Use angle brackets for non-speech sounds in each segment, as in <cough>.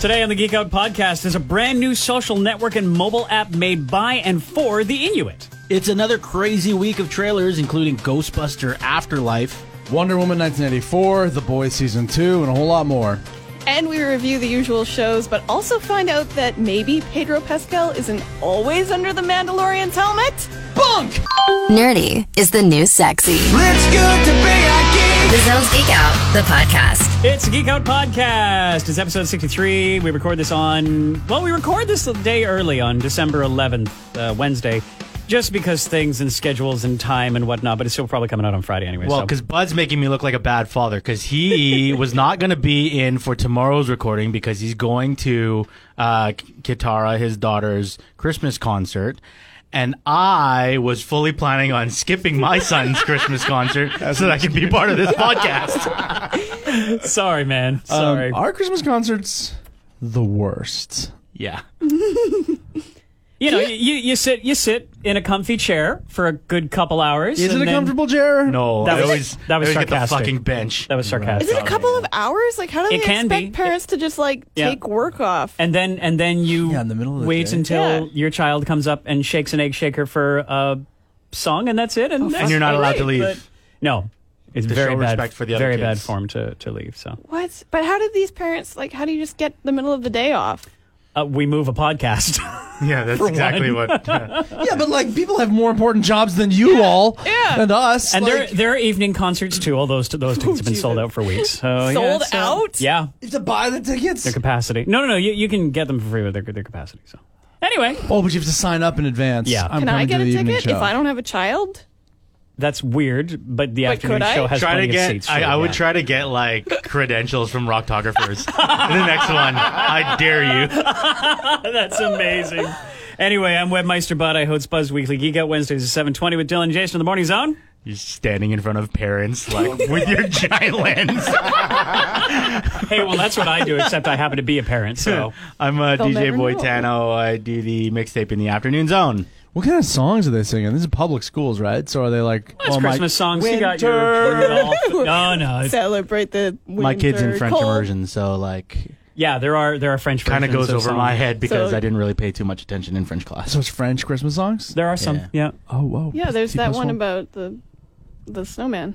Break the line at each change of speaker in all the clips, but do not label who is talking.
Today on the Geek Out podcast is a brand new social network and mobile app made by and for the Inuit.
It's another crazy week of trailers, including Ghostbuster Afterlife.
Wonder Woman 1984, The Boys Season 2, and a whole lot more.
And we review the usual shows, but also find out that maybe Pedro Pascal isn't always under the Mandalorian's helmet.
Bunk!
Nerdy is the new sexy.
It's good to be a geek.
The Zone's Geek Out, the podcast.
It's the Geek Out podcast. It's episode 63. We record this on, well, we record this a day early on December 11th, uh, Wednesday, just because things and schedules and time and whatnot, but it's still probably coming out on Friday anyway.
Well,
so-
because Bud's making me look like a bad father because
<laughs>
he was not going to be in for tomorrow's recording because he's going to uh, K- Kitara, his daughter's Christmas concert. And I was fully planning on skipping my son's
<laughs>
Christmas concert so that I could be part of this
Um,
podcast.
sorry, man.
Um,
Sorry.
Our Christmas concerts, the worst.
Yeah.
you know, you, you sit you sit in a comfy chair for a good couple hours.
Is
and
it a
then-
comfortable chair?
No,
That
Oh, I
was-
always,
that was
I always get the
sarcastic.
fucking bench.
That was sarcastic.
Is it a couple of hours? Like, how do
It
they
can
expect
be.
parents to just like
Yeah.
take work off?
and then and then you
Yeah, in the middle of the
wait
day.
until
Yeah.
your child comes up and shakes an egg shaker for a song, and that's it.
Oh,
And, that's
And you're not allowed to leave.
but- no, it's
To
very
show
bad.
respect for the other
very
kids.
bad form to to leave. So
what? But how did these parents like? How do you just get the middle of the day off?
uh, we move a podcast.
yeah, that's
<laughs>
exactly what. yeah.
Yeah, but like people have more important jobs than you all
yeah.
and us.
And there,
like,
there are evening concerts too. All those those
<laughs>
tickets have been sold out for weeks. So, yeah,
Oh, Sold
it's, uh,
out?
Yeah,
you have to buy the tickets.
their capacity. No, no, no. You, you can get them for free with their their capacity. So anyway,
Oh, but you have to sign up in advance.
Yeah.
I'm
Can
coming
I get
to
a
the evening
ticket if
show.
I don't have a child?
that's weird. But the afternoon
could I?
show has
Try to
plenty
get.
of seats.
I,
for
I would
that.
try to get like credentials from <laughs> rocktographers. the next one, I dare you.
That's amazing. Anyway, I'm Webmeister Bud. I host Buzz Weekly Geek Out Wednesdays at 7:20 with Dylan and Jason in the Morning Zone.
You're standing in front of parents, <laughs> like with your giant <laughs> lens.
Hey, well, that's what I do. Except I happen to be a parent,
<laughs>
so
I'm uh,
They'll
DJ
never
Boy
know.
Tano. I do the mixtape in the afternoon zone.
What kind of songs are they singing? This is public schools, right? So are they like
it's
oh, my-
Christmas songs. You got
Winter.
your no, no.
<laughs>
it's-
Celebrate the winter
My kids in French
cold.
immersion, so like
yeah, there are there are French.
kind of
versions
goes over
songs.
my head because
So-
I didn't really pay too much attention in French class.
So it's French Christmas songs.
There are some.
Yeah.
Yeah.
Oh, whoa.
Yeah, there's that one
about.
about the the snowman.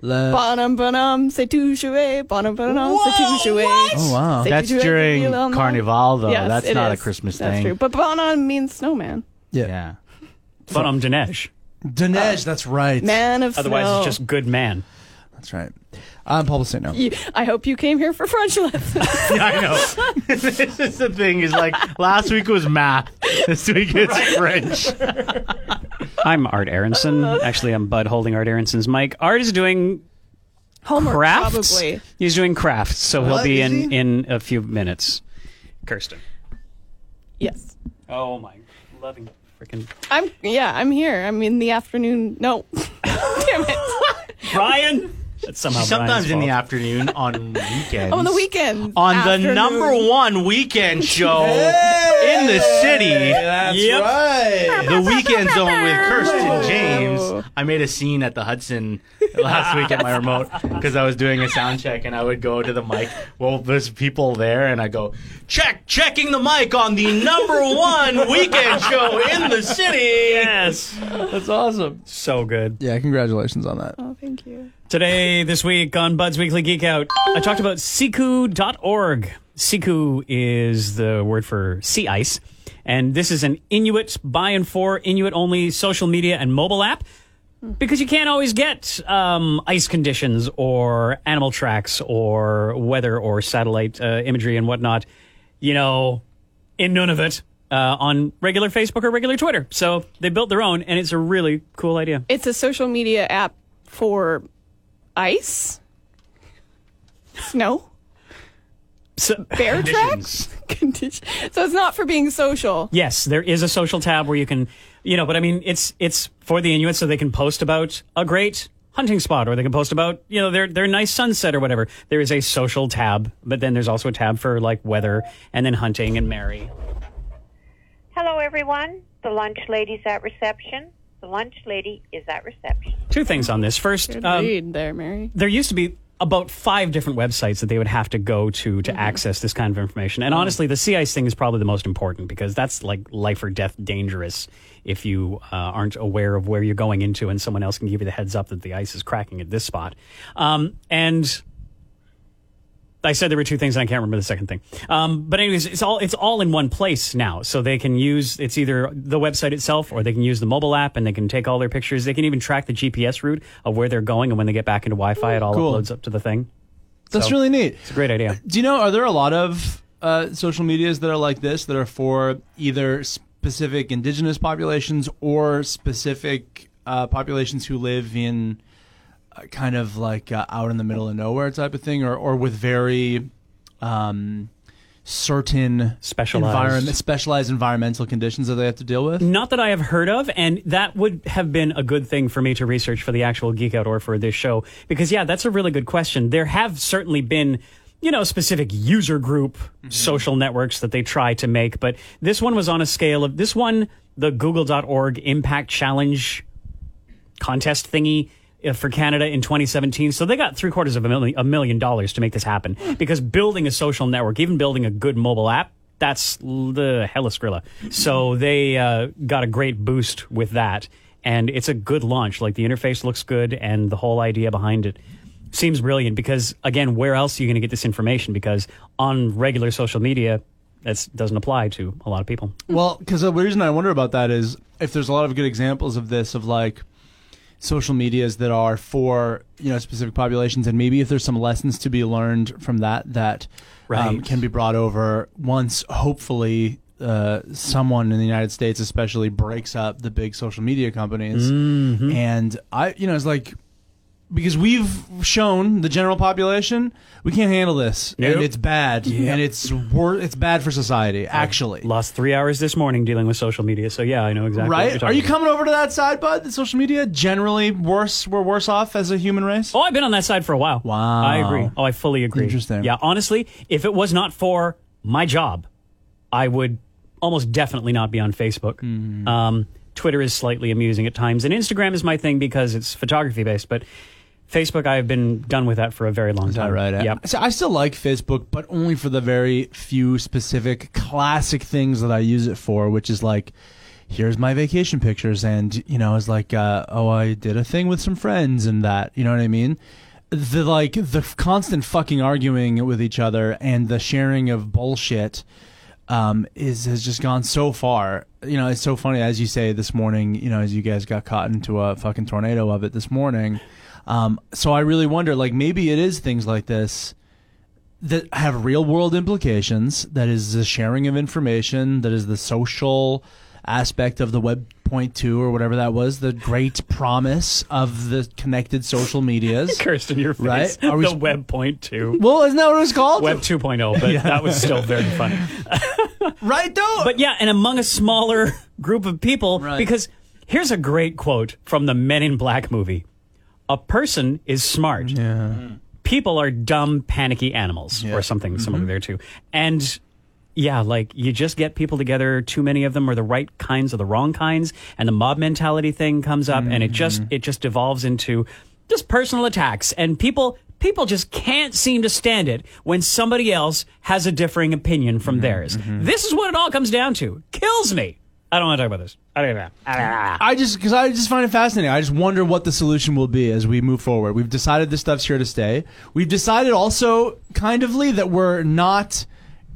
Le-
Bonum bonum, c'est touché. Bonum bonum, c'est touché.
oh wow.
Say
That's
touché,
during
you little
Carnival, though.
Yes,
That's
it
not a
is.
Christmas
That's
thing.
True. But bonum means snowman.
<laughs> Yeah. Uh,
But I'm Dinesh.
Dinesh, that's right.
Man of
Otherwise,
snow.
it's just good man.
That's right. I'm Paul Sano.
You, I hope you came here for French
<laughs>
lessons.
<laughs> Yeah, I know. this is the thing. Is like last week was math. This week it's French.
<laughs> I'm Art Aronson. Actually, I'm Bud holding Art Aronson's mic. Art is doing
Homework,
crafts.
probably.
He's doing crafts, so he'll
What?
be
Is
in
he?
in a few minutes. Kirsten.
Yes.
Oh my, loving freaking
I'm. Yeah, I'm here. I'm in the afternoon. No. <laughs> Damn it.
Brian. That's somehow
Sometimes
Brian's
in the
fault. <laughs>
afternoon on weekends.
On the weekend.
on the
Afternoon. Oh,
number one
<laughs>
weekend show in the city,
That's
Yep.
right.
the weekend zone with Kirsten
Whoa.
James. I made a scene at the
<laughs>
Hudson last week at my remote because I was doing a sound check and I would go to the mic. Well, there's people there and I go, check, checking the mic on the number one weekend show in the city.
Yes.
That's awesome.
So good.
Yeah, congratulations on that.
Oh, thank you.
Today, this week on Bud's Weekly Geek Out, I talked about siku.org. Siku is the word for sea ice. And this is an Inuit by and for Inuit only social media and mobile app because you can't always get um, ice conditions or animal tracks or weather or satellite uh, imagery and whatnot, you know, in Nunavut uh, on regular Facebook or regular Twitter. So they built their own, and it's a really cool idea.
It's a social media app for ice, snow,
So,
bear tracks,
Conditions.
<laughs> condition. So it's not for being social.
Yes, there is a social tab where you can, you know, but I mean, it's it's for the Inuit, so they can post about a great hunting spot, or they can post about, you know, their their nice sunset or whatever. There is a social tab, but then there's also a tab for like weather and then hunting and marry.
Hello, everyone. The lunch lady's at reception. The lunch lady is at reception.
Two things on this. First,
Good
um,
read there, Mary.
there used to be about five different websites that they would have to go to to access this kind of information. And honestly, the sea ice thing is probably the most important because that's like life or death dangerous if you uh, aren't aware of where you're going into and someone else can give you the heads up that the ice is cracking at this spot. Um, and I said there were two things, and I can't remember the second thing. Um, but anyways, it's all it's all in one place now, so they can use it's either the website itself, or they can use the mobile app, and they can take all their pictures. They can even track the GPS route of where they're going, and when they get back into Wi-Fi, it all
Cool.
uploads up to the thing.
That's
So-
really neat.
It's a great idea.
Do you know? Are there a lot of uh, social medias that are like this that are for either specific indigenous populations or specific uh, populations who live in uh, kind of like uh, out in the middle of nowhere type of thing, or or with very um, certain
Specialized.
environment, specialized environmental conditions that they have to deal with?
Not that I have heard of, and that would have been a good thing for me to research for the actual Geek Out or for this show. Because, yeah, that's a really good question. There have certainly been, you know, specific user group social networks that they try to make, but this one was on a scale of this one, the Google.org Impact Challenge contest thingy uh, for Canada in 2017. So they got three quarters of a million, a million dollars to make this happen
Hmm.
because building a social network, even building a good mobile app, that's l- the hella skrilla. So they uh, got a great boost with that. And it's a good launch. Like the interface looks good and the whole idea behind it seems brilliant because, again, where else are you going to get this information? Because on regular social media, that doesn't apply to a lot of people.
Well, because the reason I wonder about that is if there's a lot of good examples of this, of like social medias that are for you know specific populations, and maybe if there's some lessons to be learned from that that um,
Right.
can be brought over once, hopefully. Uh, someone in the United States, especially, breaks up the big social media companies,
Mm-hmm.
and I, you know, it's like because we've shown the general population we can't handle this,
Nope.
and it's bad, and it's wor- it's bad for society. Actually,
Lost three hours this morning dealing with social media. So, yeah, I know exactly. what you're
Right? Are
talking
you
about.
coming over to that side, bud? That social media generally worse. We're worse off as a human race.
Oh, I've been on that side for a while.
Wow.
I agree. Oh, I fully agree.
Interesting.
Yeah, honestly, if it was not for my job, I would almost definitely not be on Facebook. Um, Twitter is slightly amusing at times, and Instagram is my thing because it's photography based, but Facebook, I have been done with that for a very long
Is that
time.
right?
Yep.
So I still like Facebook, but only for the very few specific classic things that I use it for, which is like, here's my vacation pictures, and you know, it's like, uh, oh, I did a thing with some friends, and that. You know what I mean? The like the constant fucking arguing with each other and the sharing of bullshit. um, is has just gone so far. You know, it's so funny as you say this morning. You know, as you guys got caught into a fucking tornado of it this morning. Um, so I really wonder, like, maybe it is things like this that have real world implications. That is the sharing of information. That is the social aspect of the web point two or whatever that was. The great promise of the connected
<laughs>
social medias.
<laughs> Cursed in your face.
Right? Are we
the
sp-
Web Point 2.
well, isn't that what it was called?
Web 2.0, <laughs> but that was still very funny.
right though.
But yeah, and among a smaller <laughs> group of people,
Right.
because here's a great quote from the Men in Black movie A person is smart. People are dumb, panicky animals, or something similar there too. And yeah, like you just get people together, too many of them, or the right kinds or the wrong kinds, and the mob mentality thing comes up, and it just it just devolves into just personal attacks, and people people just can't seem to stand it when somebody else has a differing opinion from theirs. This is what it all comes down to. Kills me. I don't want to talk about this. I don't know.
I just because I just find it fascinating. I just wonder what the solution will be as we move forward. We've decided this stuff's here to stay. We've decided also kind ofly that we're not.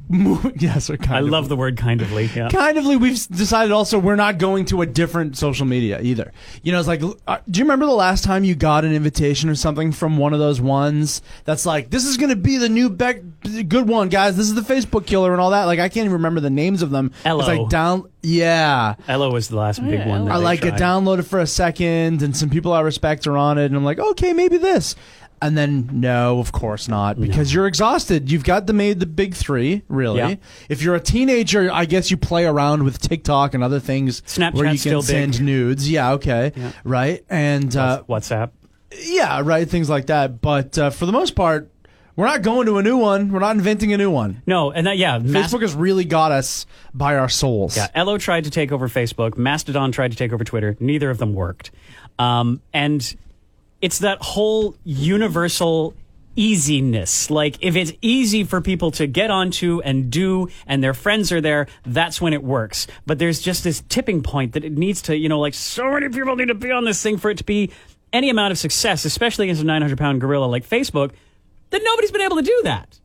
Mo- <laughs> yes, or kind
I
of.
love the word kind of leak. Yeah.
Kind ofly, we've s- decided also we're not going to a different social media either. You know, it's like, l- uh, do you remember the last time you got an invitation or something from one of those ones that's like, this is going to be the new Beck, good one, guys. This is the Facebook killer and all that. Like, I can't even remember the names of them.
Hello.
It's like down, yeah.
Ella was the last big one. that
I
they
like
tried.
it downloaded for a second, and some people I respect are on it, and I'm like, okay, maybe this. And then no, of course not, because you're exhausted. You've got the made the big three, really.
Yeah.
If you're a teenager, I guess you play around with TikTok and other things
Snapchat's
where you can
still big.
send nudes. Yeah, okay, right, and uh,
WhatsApp.
yeah, right, things like that. But uh, for the most part, we're not going to a new one. We're not inventing a new one.
No, and that yeah, mass-
Facebook has really got us by our souls.
Yeah, Elo tried to take over Facebook. Mastodon tried to take over Twitter. Neither of them worked. Um, and it's that whole universal easiness. Like if it's easy for people to get onto and do and their friends are there, that's when it works. But there's just this tipping point that it needs to, you know, like so many people need to be on this thing for it to be any amount of success, especially against a 900 pound gorilla like Facebook, that nobody's been able to do that.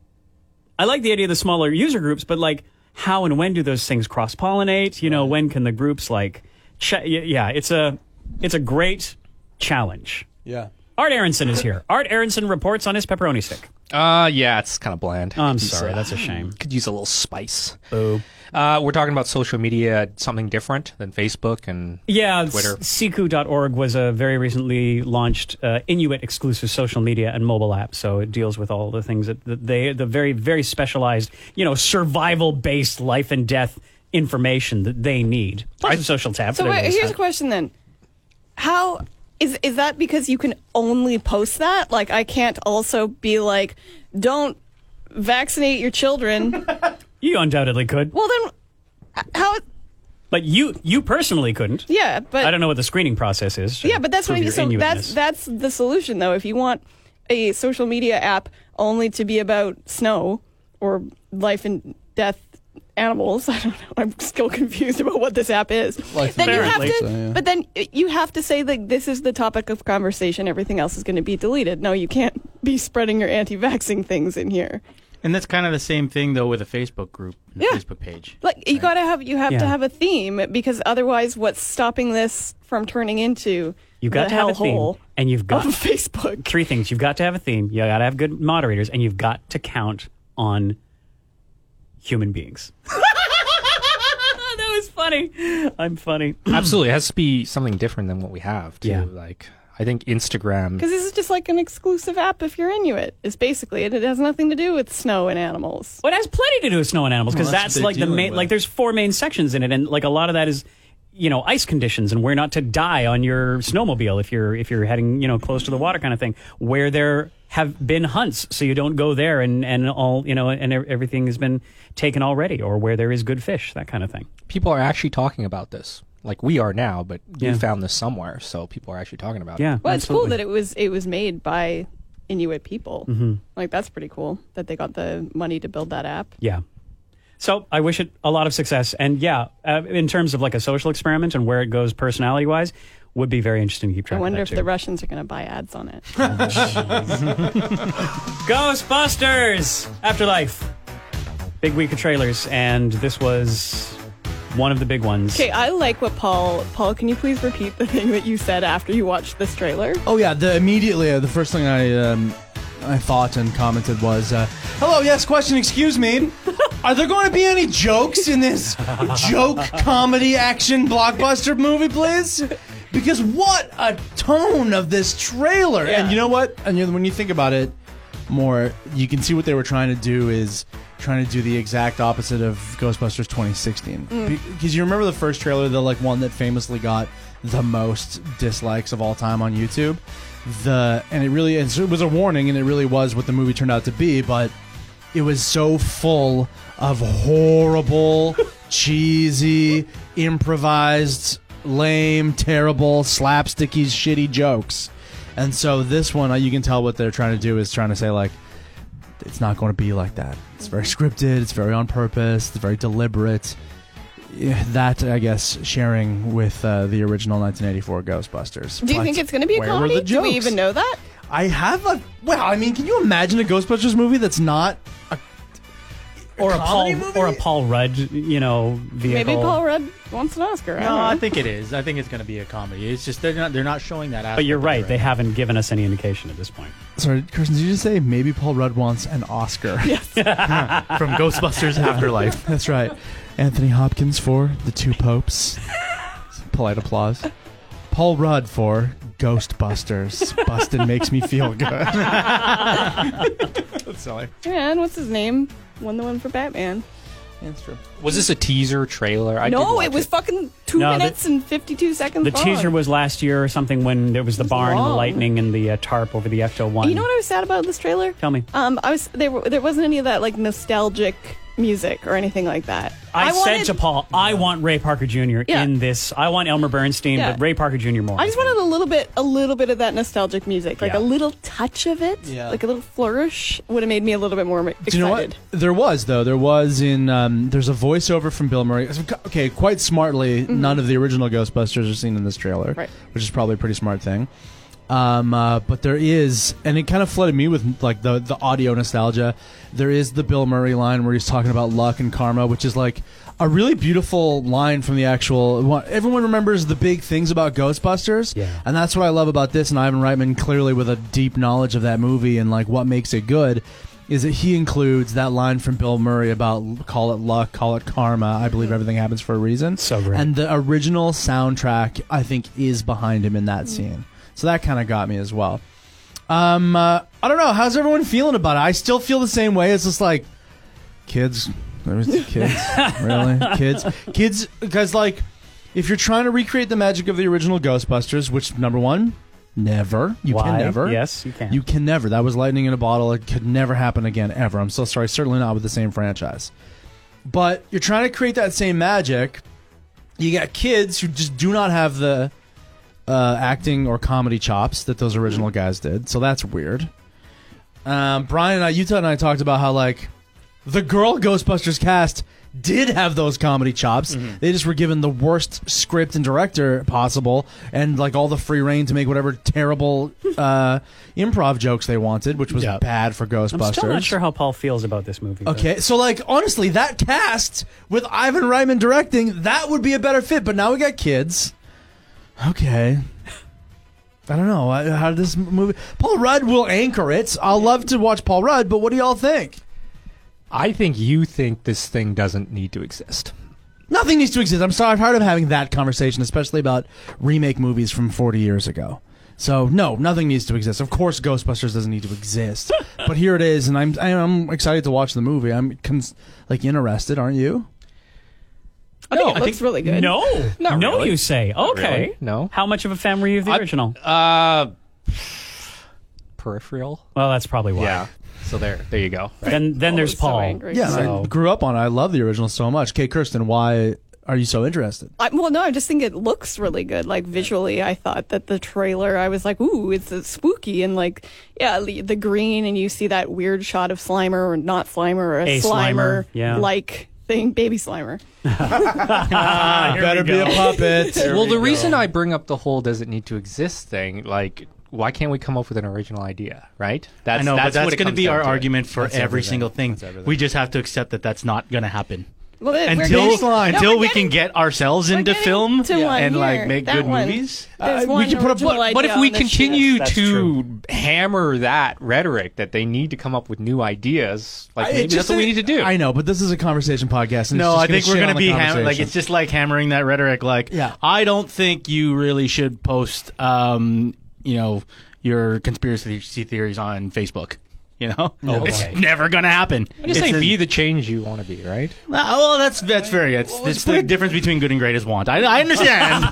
I like the idea of the smaller user groups, but like how and when do those things cross pollinate? You know, when can the groups like, ch- y- yeah, it's a, it's a great challenge.
Yeah.
Art Aronson is here. Art Aronson reports on his pepperoni stick.
Uh, yeah, it's kind of bland.
I'm
<laughs> Could use,
sorry,
uh,
that's a shame.
Could use a little spice. Boo. Uh, we're talking about social media, something different than Facebook and
Yeah, s-
Twitter.
Siku.org was a very recently launched uh, Inuit exclusive social media and mobile app. So it deals with all the things that that they, the very, very specialized, you know, survival based life and death information that they need. Plus a social tab.
So
for their
wait, here's a
stuff.
question then. How is is that because you can only post that? Like I can't also be like, don't vaccinate your children.
<laughs> You undoubtedly could,
well then, uh, how?
but you you personally couldn't.
Yeah, but
I don't know what the screening process is. to
Yeah, but that's what I
prove
mean.
your
So that's
Inuitness.
that's the solution though. If you want a social media app only to be about snow or life and death animals, <laughs> I don't know. I'm still confused about what this app is.
Life
then
and
you have
Apparently.
to,
So, yeah.
but then you have to say that this is the topic of conversation. Everything else is going to be deleted. No, you can't be spreading your anti-vaxxing things in here.
And that's kind of the same thing though with a Facebook group, and
Yeah.
a Facebook page.
Like you gotta have you have
Yeah.
to have a theme because otherwise, what's stopping this from turning into
You've got
the
to have a
hellhole
theme, and you've <laughs>
of
got
Facebook?
three things. You've got to have a theme. You got to have good moderators, and you've got to count on human beings. <laughs> that was funny. I'm funny.
Absolutely, it has to be something different than what we have. Too.
Yeah.
like I think Instagram.
Because this is just like an exclusive app if you're Inuit. It's basically it. It has nothing to do with snow and animals.
But it has plenty to do with snow and animals because
Well,
that's,
that's what they
like the
deal
main.
with.
Like there's four main sections in it, and like a lot of that is, you know, ice conditions and where not to die on your snowmobile if you're if you're heading you know close to the water kind of thing. Where there have been hunts, so you don't go there, and and all you know, and e- everything has been taken already, or where there is good fish, that kind of thing.
people are actually talking about this, like we are now, but
Yeah.
you found this somewhere, so people are actually talking about
Yeah.
it.
Well, it's cool that it was it was made by Inuit people. Like that's pretty cool that they got the money to build that app.
Yeah. So I wish it a lot of success. And yeah, uh, in terms of like a social experiment and where it goes personality wise, would be very interesting to keep track
I
of.
wonder
that
if
too.
the Russians are going to buy ads on it. <laughs>
Ghostbusters Afterlife. Big week of trailers, and this was one of the big ones.
okay, I like what Paul. Paul, can you please repeat the thing that you said after you watched this trailer?
Oh yeah, the immediately uh, the first thing I um, I thought and commented was, uh, "Hello, yes, question, excuse me. Are there going to be any jokes in this joke comedy action blockbuster movie, please?" Because what a tone of this trailer. And you know what? And you- when you think about it more, you can see what they were trying to do is trying to do the exact opposite of Ghostbusters 2016. Because you remember the first trailer, the like one that famously got the most dislikes of all time on YouTube. The and it really and so it was a warning, and it really was what the movie turned out to be. But it was so full of horrible, cheesy, improvised, lame, terrible, slapsticky, shitty jokes. And so this one, uh, you can tell what they're trying to do is trying to say like, it's not going to be like that. It's very scripted. It's very on purpose. It's very deliberate. Yeah, That I guess sharing with uh, the original 1984 Ghostbusters.
Do you
But
think it's going to be a
where were
comedy?
the
Do we
jokes?
even know that?
I have a well. I mean, can you imagine a Ghostbusters movie that's not
or a Paul
comedy movie?
or a Paul Rudd, you know, vehicle.
Maybe Paul Rudd wants an Oscar. I
No,
don't know.
I think it is. I think it's going to be a comedy. It's just they're not they're not showing that.
But you're right; they haven't given us any indication at this point.
Sorry, Kirsten, did you just say maybe Paul Rudd wants an
<laughs>
Oscar? <laughs>
from Ghostbusters <laughs> Afterlife.
That's right. Anthony Hopkins for The Two Popes. Polite applause. Paul Rudd for Ghostbusters. Bustin' makes me feel
<laughs>
good. That's silly.
And what's his name? Won the one for Batman.
That's true.
Was this a teaser trailer? I did
no,
like
it was fucking two
No, the-
minutes and fifty-two seconds.
The
long.
teaser was last year or something when there was the
It was
barn and the
long.
lightning and the uh, tarp over the Ecto One.
You know what I was sad about this trailer?
Tell me.
Um, I was there. There wasn't any of that like nostalgic music or anything like that.
I, said
wanted-
to Paul, I want Ray Parker Jr.
Yeah.
in this. I want Elmer Bernstein,
Yeah.
but Ray Parker Jr. more.
I just wanted a little bit, a little bit of that nostalgic music, like
Yeah.
a little touch of it,
Yeah.
like a little flourish would have made me a little bit more excited.
Do you know what? There was though. There was in um, there's a voiceover from Bill Murray. Okay, quite smartly,
Mm-hmm.
none of the original Ghostbusters are seen in this trailer,
Right.
which is probably a pretty smart thing. Um, uh, but there is, and it kind of flooded me with like the the audio nostalgia. There is the Bill Murray line where he's talking about luck and karma, which is like a really beautiful line from the actual. Everyone remembers the big things about Ghostbusters,
Yeah.
and that's what I love about this. And Ivan Reitman, clearly with a deep knowledge of that movie and like what makes it good, is that he includes that line from Bill Murray about call it luck, call it karma. I believe everything happens for a reason.
So great.
And the original soundtrack, I think, is behind him in that scene. So that kind of got me as well. Um, uh, I don't know. How's everyone feeling about it? I still feel the same way. It's just like kids. There was
<laughs>
the kids. really? Kids. Kids. Because, like, if you're trying to recreate the magic of the original Ghostbusters, which, number one, never. You
Why?
can never.
Yes, you can.
You can never. That was lightning in a bottle. It could never happen again, ever. I'm so sorry. Certainly not with the same franchise. But you're trying to create that same magic. You got kids who just do not have the uh, acting or comedy chops that those original guys did. So that's weird. Um, Brian and I, Utah and I talked about how, like, the girl Ghostbusters cast did have those comedy chops.
Mm-hmm.
They just were given the worst script and director possible, and like all the free reign to make whatever terrible uh, improv jokes they wanted, which was
Yeah.
bad for Ghostbusters.
I'm still not sure how Paul feels about this movie. though.
Okay, so like honestly, that cast with Ivan Reitman directing, that would be a better fit. But now we got kids. Okay. I don't know I- how this movie. Paul Rudd will anchor it. I'll love to watch Paul Rudd, but what do y'all think?
I think you think this thing doesn't need to exist.
Nothing needs to exist. I'm sorry. I'm tired of having that conversation, especially about remake movies from 40 years ago. So no, nothing needs to exist. Of course, Ghostbusters doesn't need to exist, but here it is, and I'm I'm excited to watch the movie. I'm cons- like interested, aren't you?
I think it looks really good.
No,
<laughs> Not
no,
really.
you say. Okay,
really. No.
How much of a fan were you of the
I-
original?
Uh, peripheral.
well, that's probably why.
Yeah. <laughs> Oh, So there, there you go.
Then, then there's
so
Paul.
angry.
Yeah,
So-
I grew up on it. I love the original so much. Kate Kirsten, why are you so interested?
I, well, no, I just think it looks really good. Like visually, I thought that the trailer, I was like, ooh, it's uh, spooky. And like, yeah, the, the green, and you see that weird shot of Slimer or not Slimer or a,
A Slimer,
Slimer
yeah.
like thing, baby Slimer.
Ah, here we
Better be
go.
a puppet.
well, the reason I bring up the whole "does it need to exist" thing, like, why can't we come up with an original idea, right? That's
I know, but
what
that's
it
going to
comes
be
down
our
to.
argument for
That's
every
everything.
single thing.
That's everything.
We just have to accept that that's not going to happen
Well, then we're
until
getting- no,
until
we're
we
getting-
can get ourselves into
getting
film
to one
and like
here.
make
That
good
one.
movies.
There's
Uh, we
one
can put up-
original
But, but
idea
if we
on this
continue
That's
to
true.
hammer that rhetoric that they need to come up with new ideas, like
It
maybe that's
just-
what we need to do.
I know, but this is a conversation podcast. And
No, I think we're
going
gonna
to
be ham- like it's just like hammering that rhetoric. Like,
Yeah.
I don't think you really should post, um, you know, your conspiracy theories on Facebook. You know, it's
boy.
never gonna happen.
I'm just
It's
saying,
a-
be the change you want to be, right?
Ah, well, that's that's very. It's, it's the difference between good and great is want. I,
<laughs>
I understand.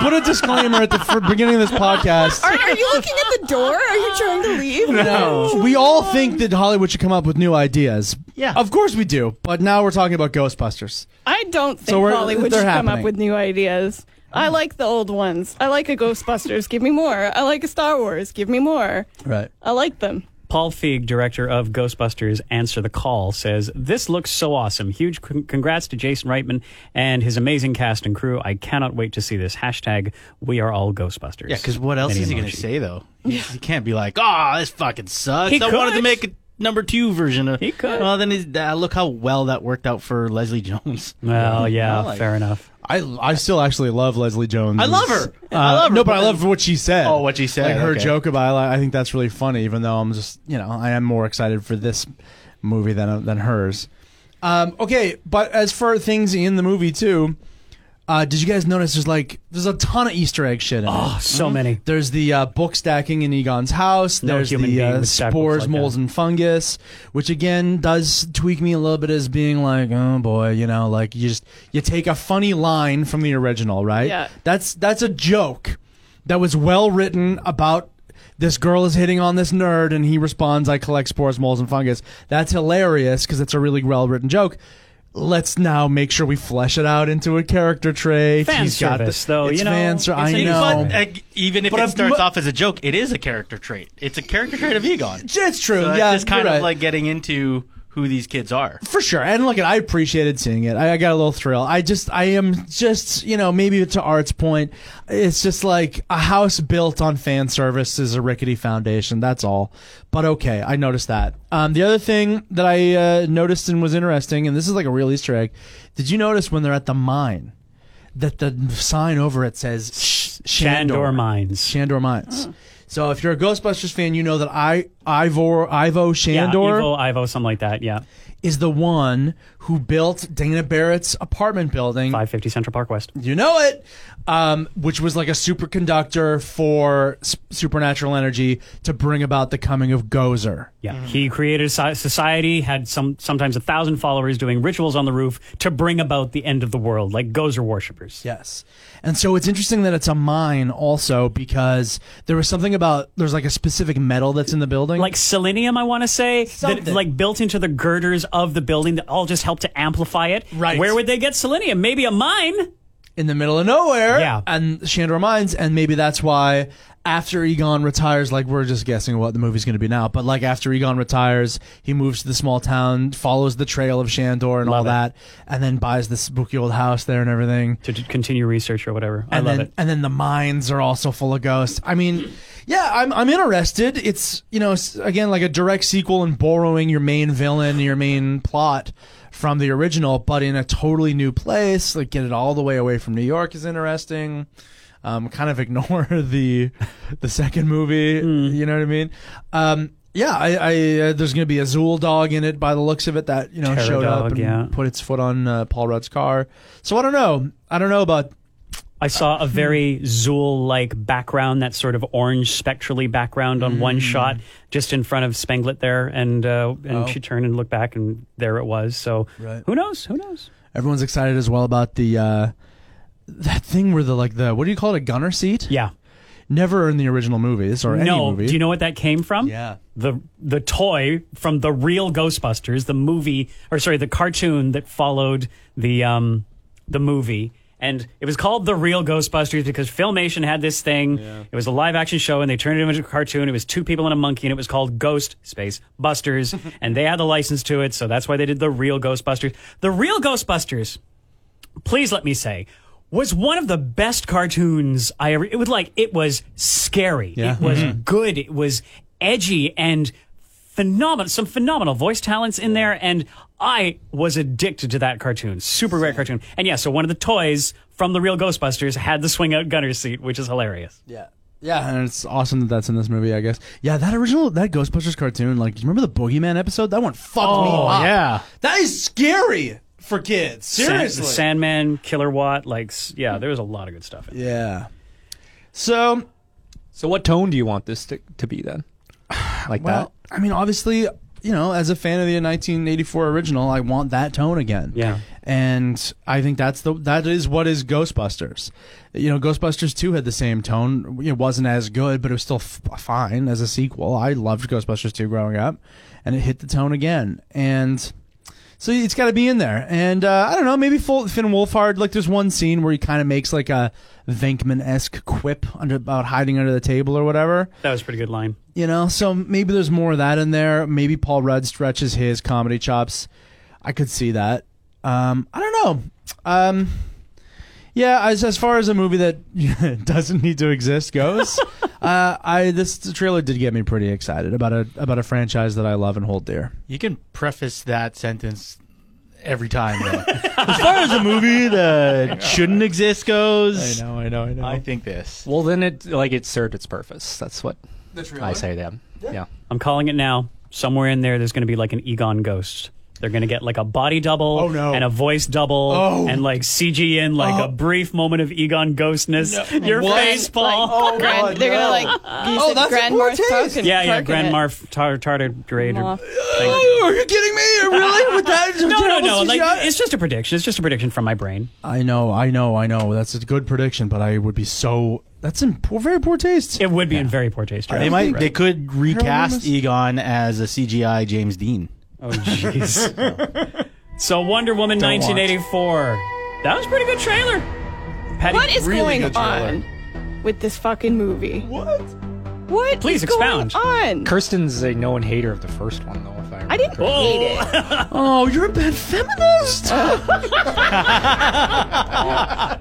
put a disclaimer at the fir- beginning of this podcast.
Are, are you looking at the door? Are you trying to
<laughs>
leave?
No, we all think that Hollywood should come up with new ideas.
Yeah.
of course we do. But now we're talking about Ghostbusters.
I don't think
So we're-
Hollywood
they're
should come
happening. Mm.
up with new ideas. I like the old ones. I like a Ghostbusters. give me more. I like a Star Wars. Give me more.
Right.
I like them.
Paul Feig, director of Ghostbusters Answer the Call, says, This looks so awesome. Huge con- congrats to Jason Reitman and his amazing cast and crew. I cannot wait to see this. Hashtag we are all Ghostbusters.
Yeah, because what else
Mini
is he going
emoji.
to say though? He, he can't be like, "Ah, this fucking sucks."
He
I wanted to
could.
make a number two version of.
He could.
Well, then he's, uh, look how well that worked out for Leslie <laughs> Jones.
Well, yeah,
like-
fair enough.
I, I still actually love Leslie Jones.
I love her. I
Uh,
love her,
No, but I
but-
love what she said.
Oh, what she said,
Like her
okay.
joke about. I, I think that's really funny. Even though I'm just you know I am more excited for this movie than than hers. Um, okay, but as for things in the movie too, uh, did you guys notice? There's like there's a ton of Easter egg shit. In
Oh,
it.
mm-hmm.
so many.
There's the uh, book stacking in Egon's house.
No
There's
human
the
being
uh,
would stack books
spores,
like
moles,
that.
and fungus, which again does tweak me a little bit as being like, oh boy, you know, like you just you take a funny line from the original, right?
Yeah.
That's that's a joke that was well written about this girl is hitting on this nerd, and he responds, I collect spores, moles, and fungus. That's hilarious because it's a really well written joke. Let's now make sure we flesh it out into a character trait.
Fan
He's got
service,
the,
though,
It's
you know,
fan ser-
it's
I
a-
know.
But uh, even if
But
it
I've
starts
mu-
off as a joke, it is a character trait. It's a character trait of <laughs> Egon.
it's true.
So
yeah,
it's kind
you're
of
right.
like getting into who these kids are.
for sure. And look, I appreciated seeing it. I, I got a little thrill. I just, I am just, you know, maybe to Art's point, it's just like a house built on fan service is a rickety foundation. That's all. But okay, I noticed that. Um, the other thing that I uh, noticed and was interesting, and this is like a real Easter egg. Did you notice when they're at the mine that the sign over it says Sh-
Shandor Mines.
Shandor Mines. So if you're a Ghostbusters fan, you know that I Ivor Ivo
Yeah,
Shandor
Evo, Ivo, something like that. Yeah,
is the one who built Dana Barrett's apartment building.
550 Central Park West.
You know it, um, which was like a superconductor for s- supernatural energy to bring about the coming of Gozer.
Yeah, he created a so- society, had some sometimes a thousand followers doing rituals on the roof to bring about the end of the world, like Gozer worshippers.
Yes. And so it's interesting that it's a mine also because there was something about there's like a specific metal that's in the building.
Like selenium, I want to say that
Something.
like built into the girders of the building that all just help to amplify it.
Right.
Where would they get selenium? Maybe a mine.
in the middle of nowhere.
Yeah.
And Shandor Mines, and maybe that's why after Egon retires, like we're just guessing what the movie's going to be now, but like after Egon retires, he moves to the small town, follows the trail of Shandor and all
it.
that, and then buys this spooky old house there and everything.
To, to continue research or whatever. I
And
love
then,
it.
and then the mines are also full of ghosts. I mean, yeah, I'm I'm interested. It's you know s- again like a direct sequel and borrowing your main villain, your main plot from the original, but in a totally new place. Like get it all the way away from New York is interesting. Um, kind of <laughs> ignore the the second movie.
Hmm.
You know what I mean? Um, yeah, I, I uh, there's gonna be a Zool dog in it by the looks of it that you know
Terror
showed up
dog,
and
yeah.
put its foot on uh, Paul Rudd's car. So I don't know. I don't know about
I saw a very Zool like background, that sort of orange spectrally background on one shot just in front of Spenglet there. And, uh, and she turned and looked back, and there it was. So
Right.
who knows? Who knows?
Everyone's excited as well about the uh, that thing where the like the what do you call it a gunner seat?
Yeah.
Never in the original movies or any
no.
movie.
Do you know what that came from?
Yeah.
The the toy from the real Ghostbusters, the movie or sorry, the cartoon that followed the um the movie. And it was called The Real Ghostbusters because Filmation had this thing. It was a live action show and they turned it into a cartoon. It was two people and a monkey and it was called Ghost Space
<laughs>
Busters. and they had the license to it, so that's why they did The Real Ghostbusters. The Real Ghostbusters please let me say was one of the best cartoons I ever. It was like it was scary.
Yeah.
It was good. It was edgy and phenomenal. Some phenomenal voice talents in there, and I was addicted to that cartoon. Super great cartoon. And yeah, so one of the toys from the real Ghostbusters had the swing out gunner seat, which is hilarious.
Yeah. Yeah, and it's awesome that that's in this movie. I guess. Yeah, that original that Ghostbusters cartoon. Like, do you remember the Boogeyman episode? That one fucked me
Oh,
up.
yeah.
That is scary for kids.
San-
Seriously.
the Sandman, Killer Watt, like s- yeah, there was a lot of good stuff. In it.
yeah. So
So what tone do you want this to, to be then? Like
well, I mean, obviously, you know, as a fan of the 1984 original, I want that tone again.
Yeah.
and I think that's the that is what is Ghostbusters. You know, Ghostbusters two had the same tone. It wasn't as good, but it was still f- fine as a sequel. I loved Ghostbusters two growing up, and it hit the tone again. And so it's got to be in there. And uh, I don't know, maybe full, Finn Wolfhard. Like, there's one scene where he kind of makes like a Venkman esque quip under, about hiding under the table or whatever.
That was a pretty good line.
You know, so maybe there's more of that in there. Maybe Paul Rudd stretches his comedy chops. I could see that. Um, I don't know. Um, yeah, as as far as a movie that <laughs> doesn't need to
<laughs>
exist goes, uh, I this trailer did get me pretty excited about a about a franchise that I love and hold dear.
You can preface that sentence every time. Though. as far as a movie that <laughs> shouldn't exist goes,
know, <laughs> I know, I know.
I think this.
well, then it like it served its purpose. That's what I say then. Yeah.
I'm calling it now. Somewhere in there, there's going to be like an Egon ghost. They're going to get like a body double
Oh, no.
and a voice double
Oh.
and like CG in like a brief moment of Egon ghostness. Your
What?
face, Paul.
Oh,
Grand,
God,
they're
no.
gonna like. You
Oh,
said
that's a
Grand
poor
Morse
taste.
Park and
yeah, yeah,
Park in
Grand
it.
Marf tar- tartar grade. or-
Moth.
thing.
Oh, Are you kidding me?
<laughs>
Really? With that?
No, no, no. Like,
CGI?
it's just a prediction. It's just a prediction from my brain.
I know, I know, I know. That's a good prediction, but I would be so. That's in poor, very poor taste.
It would be in very poor taste.
They
Jeff.
might.
Right.
They could recast
Hieronymus?
Egon as a CGI James Dean.
Oh, jeez.
<laughs>
so Wonder Woman 1984. That was a pretty good trailer. Patty,
What is
Really good trailer.
going on with this fucking movie?
what?
What?
Please
is going
expound.
on?
Kirsten's a known hater of the first one, though. If I remember
I didn't
Whoa.
hate
<laughs>
it.
Oh, you're a bad <laughs> feminist.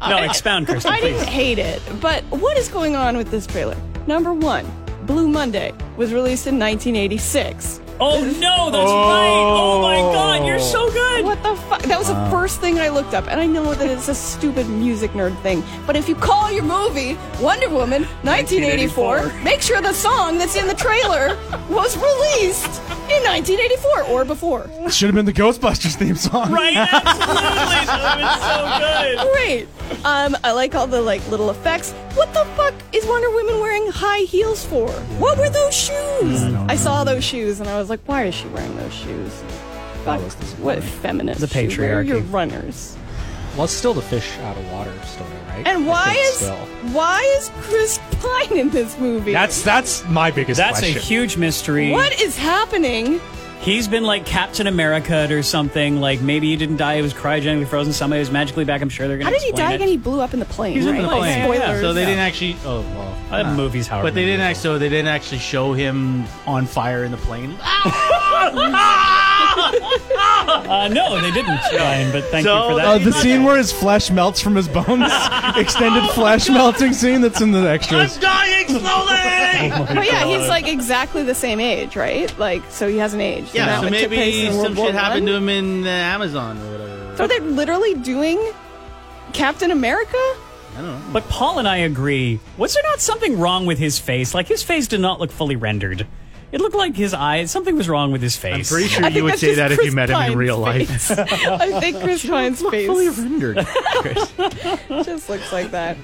No, expound, Kristen,
I
please.
didn't hate it. But what is going on with this trailer? Number one, Blue Monday was released in 1986.
Oh no, that's right. Oh my god, you're so good.
What the fuck? That was the first thing I looked up, and I know that it's a stupid music nerd thing. But if you call your movie Wonder Woman 1984, make sure the song that's in the trailer was released in 1984 or before.
Should have been the Ghostbusters theme song.
Right?
<laughs>
Absolutely. That was so good.
Great. Um, I like all the like little effects. What the fuck is Wonder Woman wearing high heels for? What were those shoes? I, saw those shoes and I was like, why is she wearing those shoes? Fuck, what feminist?
The
shoe. Where are
patriarchy.
your runners?
Well, it's still the fish out of water story, right?
And why
I think
is
still.
why is Chris <laughs> Pine in this movie?
That's that's my biggest
That's a
question.
huge mystery.
what is happening?
He's been like Captain America or something. Like maybe he didn't die. He was cryogenically frozen. Somebody was magically back. I'm sure they're gonna.
How did he
explain
die
it.
again? He blew up in the plane.
He's in
right?
the plane, yeah,
Spoilers.
yeah.
So they didn't actually. Oh well.
I have Uh, movies, however.
But they
many
didn't
they
actually. So they didn't actually show him on fire in the plane.
Uh, no, they
<laughs>
didn't, Ryan. But thank
So
you for that.
Uh, the scene where his flesh melts from his <laughs> bones, extended flesh melting scene that's in the extras.
dying slowly.
But yeah, he's like exactly the same age, right? Like, so he hasn't aged. And
yeah.
that
So
one took place
maybe
in
some
World War
shit happened
One?
to him in uh, Amazon or whatever.
So they're literally doing Captain America?
But Paul and I agree. Was there not something wrong with his face? Like his face did not look fully rendered. It looked like his eyes. Something was wrong with his face. <laughs>
sure
I think that's just Chris Pine's face. <laughs> I think Chris Pine's
Fully
face
rendered.
just looks like that.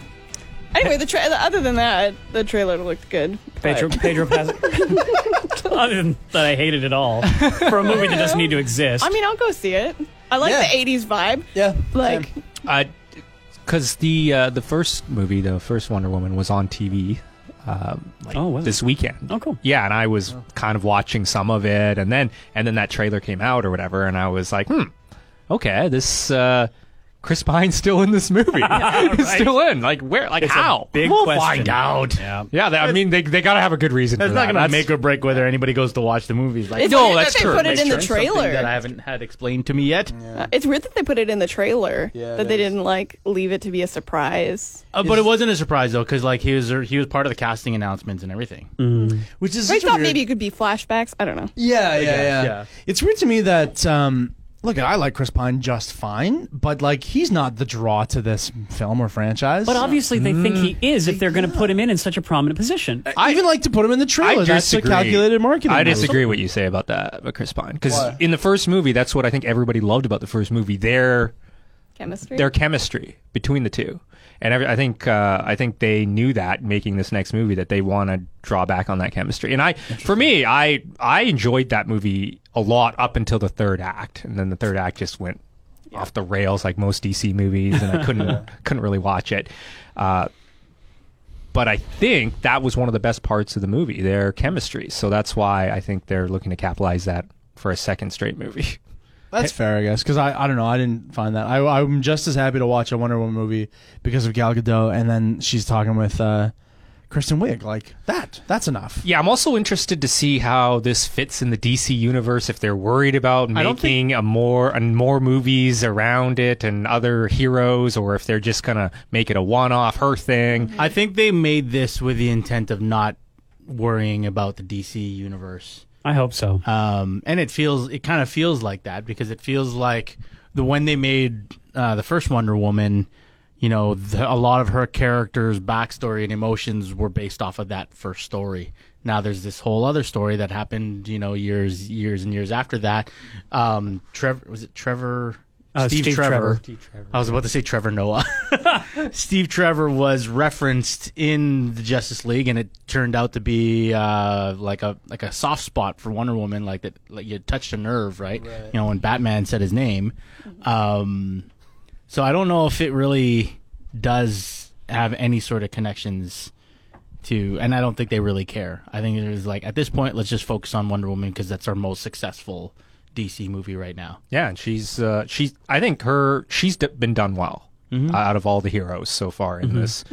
Anyway, the tra- other than that, the trailer looked good.
Pedro, Pedro Pas- <laughs> Other than that, I hated it all for a movie that doesn't need to exist.
I mean, I'll go see it. I like
Yeah.
the 80s vibe.
Yeah.
Like,
because the uh, the first movie, the first Wonder Woman, was on TV. Um, like
Oh, was it?
this weekend.
Oh, cool.
Yeah, and I was kind of watching some of it, and then and then that trailer came out or whatever, and I was like, hmm, okay, this uh, Chris Pine's still in this
<laughs>
movie. <laughs> He's still in. Like where? Like
a
how?
big
we'll
question.
find out.
Yeah.
yeah they, I mean, they they gotta have a good reason.
That's
for
not
that.
going to make or break whether anybody goes to watch the movies. Like,
it's
No,
weird
that's
that they
true.
put it
That's
in the
true.
trailer.
that I haven't had explained to me yet.
Uh, <laughs> It's weird that they put it in the trailer.
Yeah,
that
it
they
is.
didn't like leave it to be a surprise.
Uh, but it wasn't a surprise though, because like he was he was part of the casting announcements and everything.
Which is
I
such a
thought
weird-
maybe it could be flashbacks. I don't know.
Yeah, yeah, yeah,
yeah.
It's weird to me that um, look, I like Chris Pine just fine, but like he's not the draw to this film or franchise.
but obviously, they think he is if they're going to put him in in such a prominent position.
I even like to put him in the trailer.
I
That's a
disagree.
calculated marketing.
I
move.
disagree what you say about that, about Chris Pine, because
Why?
in the first movie, that's what I think everybody loved about the first movie. Their
Chemistry.
their chemistry between the two, and every, I think uh, I think they knew that making this next movie that they want to draw back on that chemistry. And I, for me, I I enjoyed that movie a lot up until the third act, and then the third act just went off the rails like most DC movies, and I couldn't couldn't really watch it. Uh, but I think that was one of the best parts of the movie, their chemistry. So that's why I think they're looking to capitalize that for a second straight movie. <laughs>
That's fair, I guess, because I, I don't know. I didn't find that. I, I'm just as happy to watch a Wonder Woman movie because of Gal Gadot, and then she's talking with uh, Kristen Wiig. Like that. That's enough.
Yeah, I'm also interested to see how this fits in the DC universe. If they're worried about making
don't
a more and more movies around it and other heroes, or if they're just gonna make it a one-off her thing.
I think they made this with the intent of not worrying about the DC universe.
I hope so.
Um, and it feels it kind of feels like that because it feels like the when they made uh, the first Wonder Woman, you know, the, a lot of her character's backstory and emotions were based off of that first story. Now there's this whole other story that happened, you know, years, years and years after that. Um, Trevor was it Trevor?
Uh, Steve Trevor.
I was about to say Trevor Noah. <laughs> Steve Trevor was referenced in the Justice League, and it turned out to be uh, like a like a soft spot for Wonder Woman, like that, like you touched a nerve, right? You know, when Batman said his name. Um, so I don't know if it really does have any sort of connections to, and I don't think they really care. I think there's like at this point, let's just focus on Wonder Woman because that's our most successful DC movie right now.
Yeah, and she's uh, she's. I think her she's d- been done well
Mm-hmm.
uh, out of all the heroes so far in this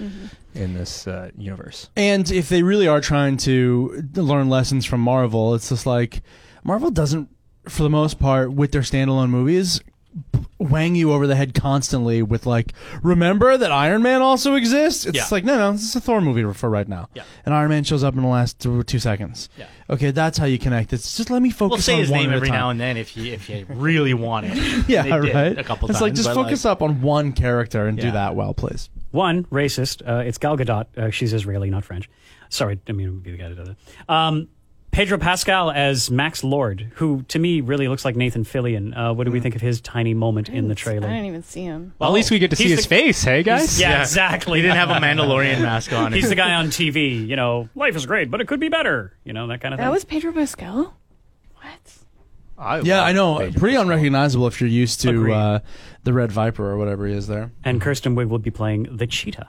in this uh, universe.
And if they really are trying to learn lessons from Marvel, it's just like Marvel doesn't, for the most part, with their standalone movies, wang you over the head constantly with like, remember that Iron Man also exists. It's
Yeah.
like, no, no, this is a Thor movie for right now.
Yeah.
And Iron Man shows up in the last two, two seconds.
Yeah.
Okay, that's how you connect. It's just let me focus.
We'll say
on
his
one
name
at a
every
time.
now and then if you if you really want
<laughs>
it.
Yeah,
They did
right.
a couple
it's like
times,
just
but,
focus up on one character and do
Yeah.
that well, please.
One, racist. Uh, it's Gal Gadot. Uh, she's Israeli, not French. Sorry, I mean, it would be the guy that does it. Um, Pedro Pascal as Max Lord, who to me really looks like Nathan Fillion. Uh, what do we think of his tiny moment in the
I didn't
trailer?
even see him.
Well, at least we get to see
he's
his
the-
face, hey guys.
Yeah, exactly.
He didn't have a
<laughs>
<laughs>
Mandalorian mask on.
He's the guy on TV. You know, life is great, but it could be better. You know, that kind of thing.
That was Pedro Pascal. What?
I
Yeah,
love
I know.
Pedro
Pretty
Pascal.
unrecognizable if you're used to
Agreed.
uh, the Red Viper or whatever he is there.
and Kirsten Wiig will be playing the cheetah.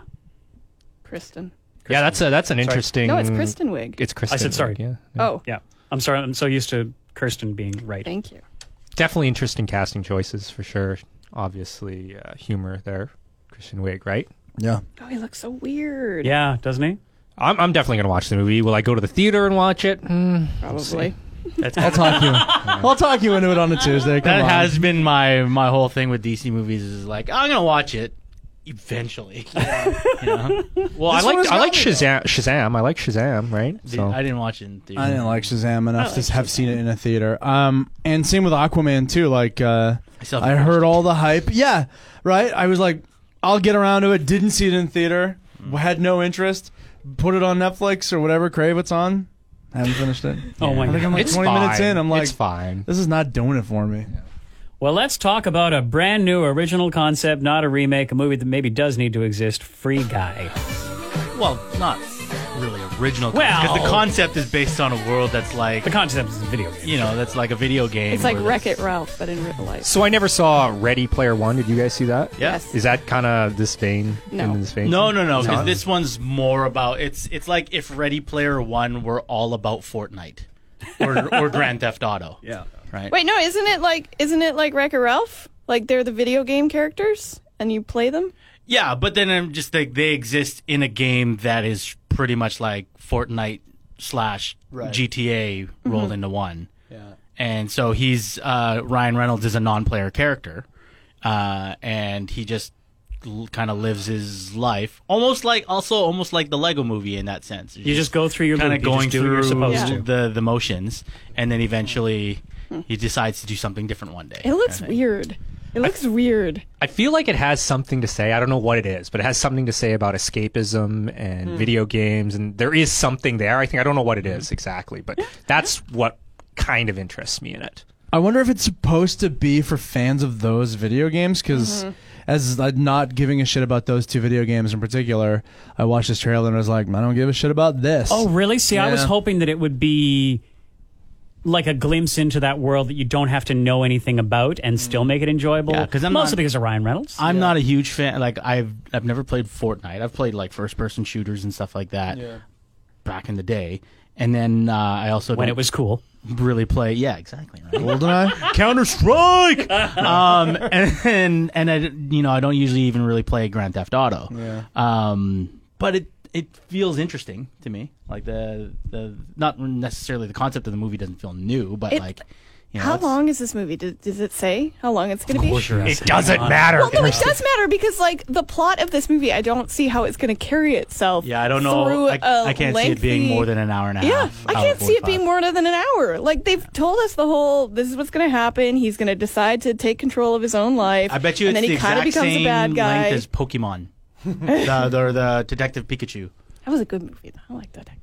Kristen.
Yeah, that's a that's an interesting.
No, it's Kristen Wiig.
It's Kristen.
I said sorry.
Yeah, yeah.
oh,
Yeah, I'm sorry. I'm so used to Kirsten being right.
thank you.
Definitely interesting casting choices for sure. Obviously, uh, humor there. Christian Wiig, right?
Yeah.
Oh, he looks so weird.
Yeah, doesn't he?
I'm, I'm definitely gonna watch the movie. Will I go to the theater and watch it? Mm,
probably.
I'll talk you. I'll talk you into it on a Tuesday. Come
That
on.
has been my my whole thing with DC movies is like I'm gonna watch it eventually. <laughs> You know?
well, I like
one's
I like
got me,
Shazam. Shazam. I like Shazam. Right.
Dude,
So
I didn't watch it. In theater.
I didn't like Shazam enough to have seen it in a theater. Um, and same with Aquaman too. Like, uh,
still
I
haven't
heard all the hype. Yeah, right. I was like, I'll get around to it. Didn't see it in theater. Had no interest. Put it on Netflix or whatever Crave it's on. I haven't finished it.
<laughs> Oh my
I think
god.
I'm like
it's
20 minutes
fine.
in. I'm like,
it's fine.
this is not doing it for me.
Well, let's talk about a brand new original concept, not a remake, a movie that maybe does need to exist. Free Guy.
Well, not really original.
Well-
because the concept is based on a world that's like
The concept is a video game.
you know that's like a video game.
It's like
where
Wreck It Ralph, but in real life.
So I never saw Ready Player One. Did you guys see that?
Yeah.
Yes.
Is that kind of this vein?
No.
In this vein?
No, no, no. Because this one's more about it's it's like if Ready Player One were all about Fortnite <laughs> or or Grand Theft Auto. Yeah. Right.
Wait, no, isn't it like isn't it like Wreck It Ralph? Like they're the video game characters and you play them?
Yeah, but then I'm just like they exist in a game that is pretty much like Fortnite slash GTA rolled into one. Mm-hmm. Yeah. And so he's uh, Ryan Reynolds is a non-player character, uh, and he just l- kind of lives his life almost like also almost like the Lego Movie in that sense.
You just go through your
kind of
loop. You just
going
do what
through
you're supposed
Yeah.
to.
the the motions, and then eventually he decides to do something different one day.
It looks
kinda thing.
weird. It looks weird.
I feel like it has something to say. I don't know what it is, but it has something to say about escapism and
Hmm.
video games, and there is something there. I think I don't know what it is exactly, but that's what kind of interests me in it.
I wonder if it's supposed to be for fans of those video games because. As uh, not giving a shit about those two video games in particular, I watched this trailer and I was like, I don't give a shit about this.
Oh, really? See, I was
Yeah.
hoping that it would be like a glimpse into that world that you don't have to know anything about and still make it enjoyable.
Yeah, 'cause I'm
mostly
not-
because of Ryan Reynolds.
I'm not a huge fan. Like I've I've never played Fortnite. I've played like first person shooters and stuff like that back in the day. And then uh, I also
when
don't
it was cool.
really play. Yeah, exactly. Right.
Goldeneye?
Counter Strike. um, <laughs> and and, and I, you know I don't usually even really play Grand Theft Auto. Yeah. Um, but it it feels interesting to me. Like the the not necessarily the concept of the movie doesn't feel new, but
It-
like you know,
How
it's-
long is this movie? Does, does it say how long it's going to be?
It doesn't matter.
Well, no, it does matter because like the plot of this movie, I don't see how it's going to carry itself.
Yeah, I don't know.
through
I,
a
I can't see it being
lengthy-
more than an hour and a
Yeah,
half.
I
hour
can't see it being
45.
more than an hour. Like they've told us the whole. This is what's going to happen. He's going to decide to take control of his own life.
I bet you
and
it's
then
the
he kind of
exact
becomes
same
a bad guy. <laughs>
length as Pokemon. the, the the Detective Pikachu.
That was a good movie. though. I like Detective Pikachu.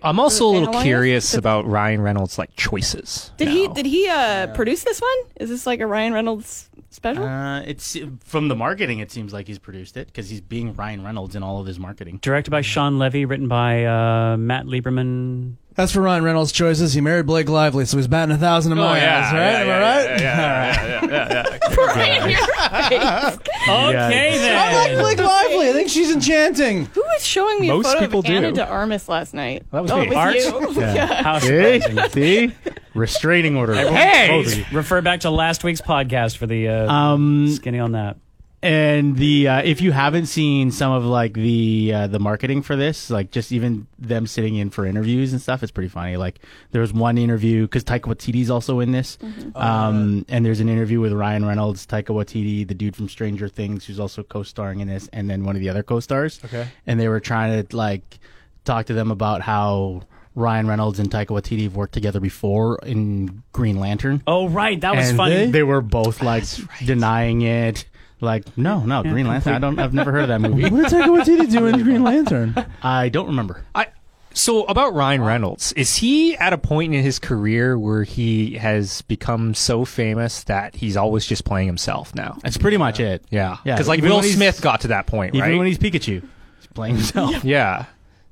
I'm also a
And how
little
long is-
curious about Ryan Reynolds' like choices.
Did he
now.
did he uh, produce this one? Is this like a Ryan Reynolds special?
<laughs> Uh, it's from the marketing. It seems like he's produced it because he's being Ryan Reynolds in all of his marketing.
Directed by Sean Levy, written by uh, Matt Lieberman.
As for Ryan Reynolds' choices, he married Blake Lively, so he's batting a thousand a
Oh,
my eyes, right? Am I right?
Brian, you're right.
Okay,
I like
then.
Blake Lively. I think she's enchanting.
Who was showing me
Most
a photo
people
of
do.
Anna de Armas last night?
That was
oh,
me.
it was
Art?
you. Yeah.
How
See, <laughs> see, restraining order. Hey,
Refer back to last week's podcast for the uh,
um,
skinny on that.
and the uh, if you haven't seen some of like the uh, the marketing for this, like just even them sitting in for interviews and stuff, it's pretty funny. Like there was one interview because Taika Waititi's also in this, um, and there's an interview with Ryan Reynolds, Taika Waititi, the dude from Stranger Things, who's also co-starring in this, and then one of the other co-stars.
Okay.
and they were trying to like talk to them about how. Ryan Reynolds and Taika Waititi have worked together before in Green Lantern.
Oh, right. That was
and
funny.
They, they were both like denying it. Like, no, no, Green Lantern. I don't. I've never heard of
<laughs>
that movie.
What did Taika Waititi do in Green Lantern?
I don't remember.
I, so about Ryan Reynolds, is he at a point in his career where he has become so famous that he's always just playing himself now?
That's pretty much it.
Yeah,
Yeah,
because like
even
Will
when he's-
Smith got to that point,
Even
right?
when he's Pikachu, he's playing himself.
yeah.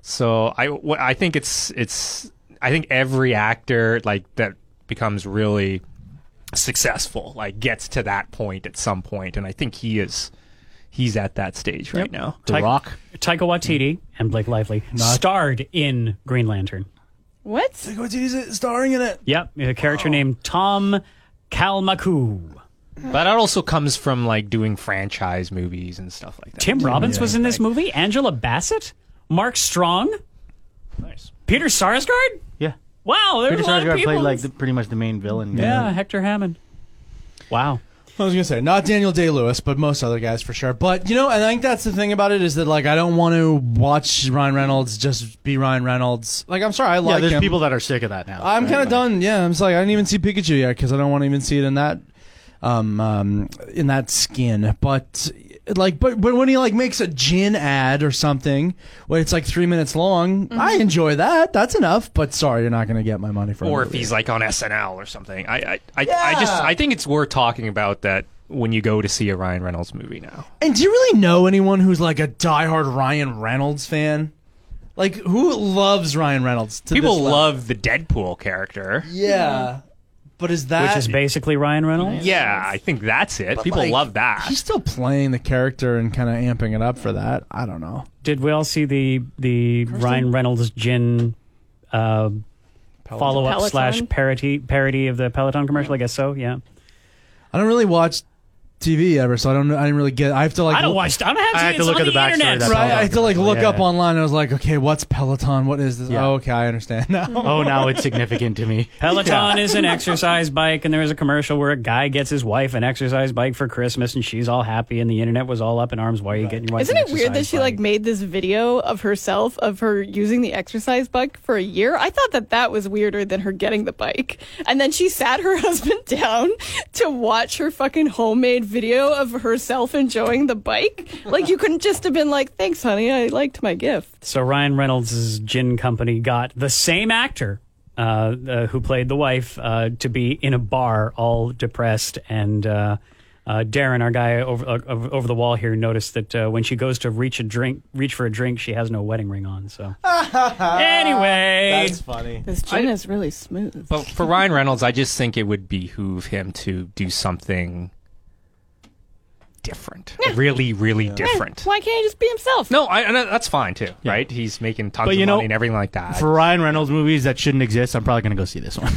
So I, wh- I think it's it's I think every actor like that becomes really successful like gets to that point at some point, and I think he is he's at that stage right now.
Taika-
Rock.
Taika Waititi and Blake Lively starred in Green Lantern.
What?
Taika Waititi's starring in it.
Yep, a character named Tom Kalmaku.
But that also comes from like doing franchise movies and stuff like that.
Tim Robbins was in this movie. Angela Bassett, Mark Strong,
Nice.
Peter Sarsgaard.
Yeah.
Wow, there's
Peter
a lot of
Sarsgaard
people.
played like the, pretty much the main villain.
yeah, Hector Hammond. Wow.
I was gonna say not Daniel Day Lewis, but most other guys for sure. But you know, and I think that's the thing about it is that like I don't want to watch Ryan Reynolds just be Ryan Reynolds. Like I'm sorry, I
Yeah,
like
there's
him.
people that are sick of that now.
I'm
Right,
kind of
like-
done. Yeah, I'm just like I didn't even see Pikachu yet because I don't want to even see it in that, um, um, in that skin. But like, but, but when he like makes a gin ad or something where it's like three minutes long,
Mm-hmm.
I enjoy that. That's enough. But sorry, you're not gonna get my money for.
or
it.
if he's like on SNL or something. I I, I, I just I think it's worth talking about that when you go to see a Ryan Reynolds movie now.
And do you really know anyone who's like a diehard Ryan Reynolds fan? Like who loves Ryan Reynolds? To
People
this level?
love the Deadpool character.
Yeah, but is
Uh,
that
Which is basically Ryan Reynolds.
Yeah, I think that's it. People
like,
love that.
He's still playing the character and kind of amping it up for that. I don't know.
Did we all see the the Ryan Reynolds gin uh, follow up
Peloton?
slash parody parody of the Peloton commercial? I guess so. Yeah.
I don't really watch TV ever, so I don't. I didn't really get. I have to like.
I don't
look-
watch. I don't have.
I had
it's
to look
on
at the backstory
internet.
of that.
<laughs> Right, I have to like look
Yeah.
up online. I was like, okay, what's Peloton? What is this?
Yeah.
Oh, okay, I understand now.
Oh, now it's significant to me.
Peloton is an exercise bike, and there was a commercial where a guy gets his wife an exercise bike for Christmas, and she's all happy, and the internet was all up in arms. Why are you getting your wife?
Isn't
an
it weird that
exercise
she
bike?
like made this video of herself of her using the exercise bike for a year? I thought that that was weirder than her getting the bike. And then she sat her <laughs> husband down to watch her fucking homemade video of herself enjoying the bike. Like you couldn't just have been like, "Thanks, honey, I liked my gift."
So Ryan Reynolds' gin company got the same actor uh, uh, who played the wife uh, to be in a bar, all depressed. And uh, uh, Darren, our guy over uh, over over the wall here, noticed that uh, when she goes to reach a drink, reach for a drink, she has no wedding ring on. So anyway,
funny.
This gin is really smooth.
But for Ryan Reynolds, I just think it would behoove him to do something different. Really, really different.
Why can't he just be himself?
No, I, and that's fine too, right? He's making tons
But
of
you know,
money and everything like
<laughs>
that.
For Ryan Reynolds movies that shouldn't exist, I'm probably gonna go see this one.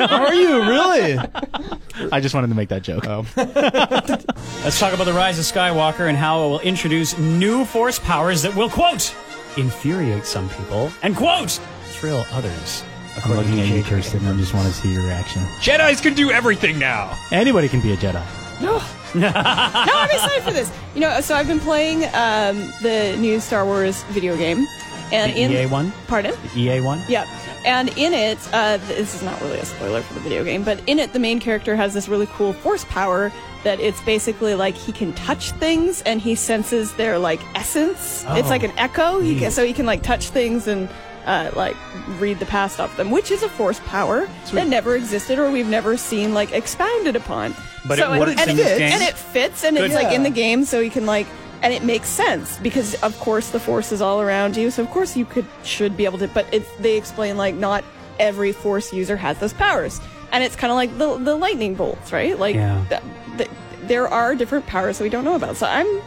<laughs> Are you really? Oh.
I just wanted to make that joke.
let's talk about the rise of Skywalker and how it will introduce new Force powers that will quote infuriate some people and quote thrill others.
I'm
according
looking
to
at you,
J.J.
Kirsten. I just want to see your reaction.
Jedi's can do everything now.
Oh
Anybody can be a Jedi.
no,
<laughs>
I'm excited for this. You know, so I've been playing um, the new Star Wars video game, and
The
in
EA E one?
Pardon?
EA E one.
Yeah. And in it, uh, this is not really a spoiler for the video game, but in it, the main character has this really cool force power that it's basically like he can touch things and he senses their like essence. It's
Oh.
like an echo. He
Mm.
can, so he can like touch things and uh, like read the past of them, which is a force power that never existed or we've never seen like expounded upon.
But
so
it works
and,
in
and
this
it,
game?
and it fits and it's
Good.
like in the game, so he can like. And it makes sense because, of course, the force is all around you. So, of course, you could should be able to. But it's, they explain like not every force user has those powers, and it's kind of like the the lightning bolts, right? Like
Yeah.
th- th- there are different powers that we don't know about. So I'm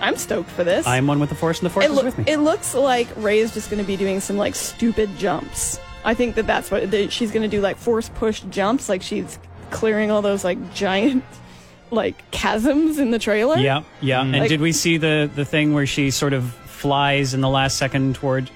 I'm stoked for this.
I'm one with the force, and the force
it,
is
loo-
with me.
it looks like Ray's just going to be doing some like stupid jumps. I think that that's what that she's going to do like force push jumps, like she's clearing all those like giant like chasms in the trailer.
yeah, yeah. And
Like-
did we see the the thing where she sort of flies in the last second toward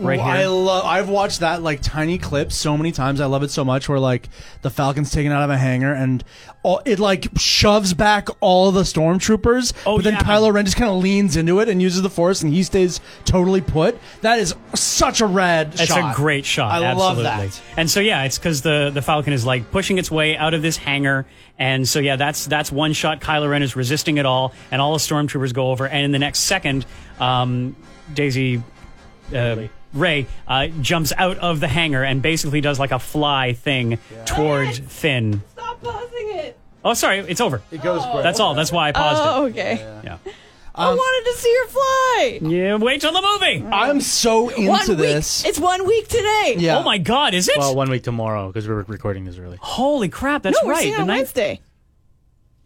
right
Well, I
here?
love. I've watched that like tiny clip so many times. I love it so much. Where like the Falcon's taken out of a hangar and all, it like shoves back all the stormtroopers.
Oh,
but then
yeah.
Kylo Ren just kind of leans into it and uses the Force, and he stays totally put. That is such a rad.
It's
shot.
a great shot.
I
absolutely.
love that.
And so yeah, it's because the the Falcon is like pushing its way out of this hangar, and so yeah, that's that's one shot. Kylo Ren is resisting it all, and all the stormtroopers go over, and in the next second, um, Daisy. Uh, Ray uh, jumps out of the hangar and basically does like a fly thing toward Finn.
Stop pausing it.
Oh, sorry, it's over.
It goes great.
That's all. That's why I paused
Oh, okay.
it. Yeah.
I wanted to see her fly.
Yeah. Wait till the movie.
I'm so into
one week.
this.
It's one week today.
yeah.
Oh my God, is it?
Well, one week tomorrow because we're recording this early.
Holy crap! That's
No, we're
right.
seeing it
The
on
ninth.
Wednesday.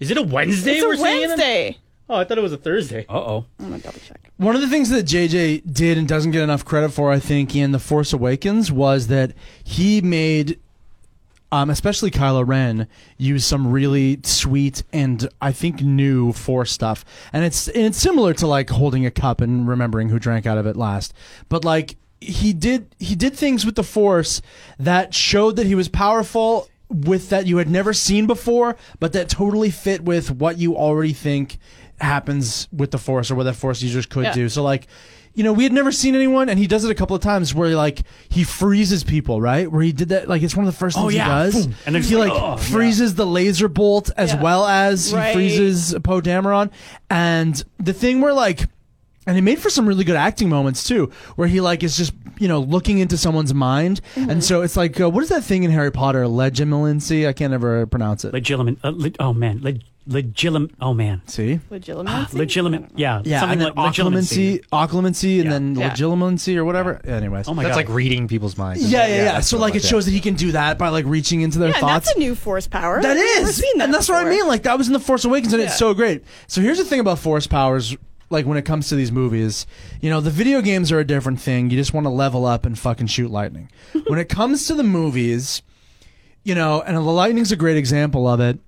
Is it a Wednesday?
It's a
we're seeing it on?
Wednesday.
Oh, I thought it was a Thursday.
Uh oh.
I'm gonna double check.
One of the things that JJ did and doesn't get enough credit for, I think, in The Force Awakens was that he made, um, especially Kylo Ren, use some really sweet and I think new Force stuff. And it's and it's similar to like holding a cup and remembering who drank out of it last. But like he did he did things with the Force that showed that he was powerful with that you had never seen before, but that totally fit with what you already think happens with the force or what that force users could
Yeah.
do. So like, you know, we had never seen anyone, and he does it a couple of times where like he freezes people, right? Where he did that, like it's one of the first things
yeah.
he does,
Boom. And they're
he
just
like
like, "Oh, yeah."
freezes the laser bolt as
Yeah.
well as
Right.
he freezes Poe Dameron, and the thing where like. And it made for some really good acting moments too, where he like is just you know looking into someone's mind, and so it's like uh, what is that thing in Harry Potter? Legimilancy? I can't ever pronounce it.
Legilimate. Uh, leg- oh man. Leg- legilim. Oh man.
See,
Legitimacy.
Legilimate. Yeah.
yeah,
Something
and then
like legitimacy.
occlumency, occlumency, and
Yeah.
then
Yeah.
legilimency or whatever. Anyways,
Oh my
That's
god.
like reading people's minds.
yeah, yeah, yeah.
that's
So
what
like, it
was,
shows that he can do that by like reaching into their
Yeah,
thoughts.
that's a new force power.
That
I've never
is,
seen that
and that's what I
before.
mean. Like that was in the Force Awakens, and
Yeah.
it's so great. So here's the thing about force powers. Like when it comes to these movies, you know, the video games are a different thing. You just want to level up and fucking shoot
<laughs>
lightning. when it comes to the movies, you know, and the lightning's a great example of it.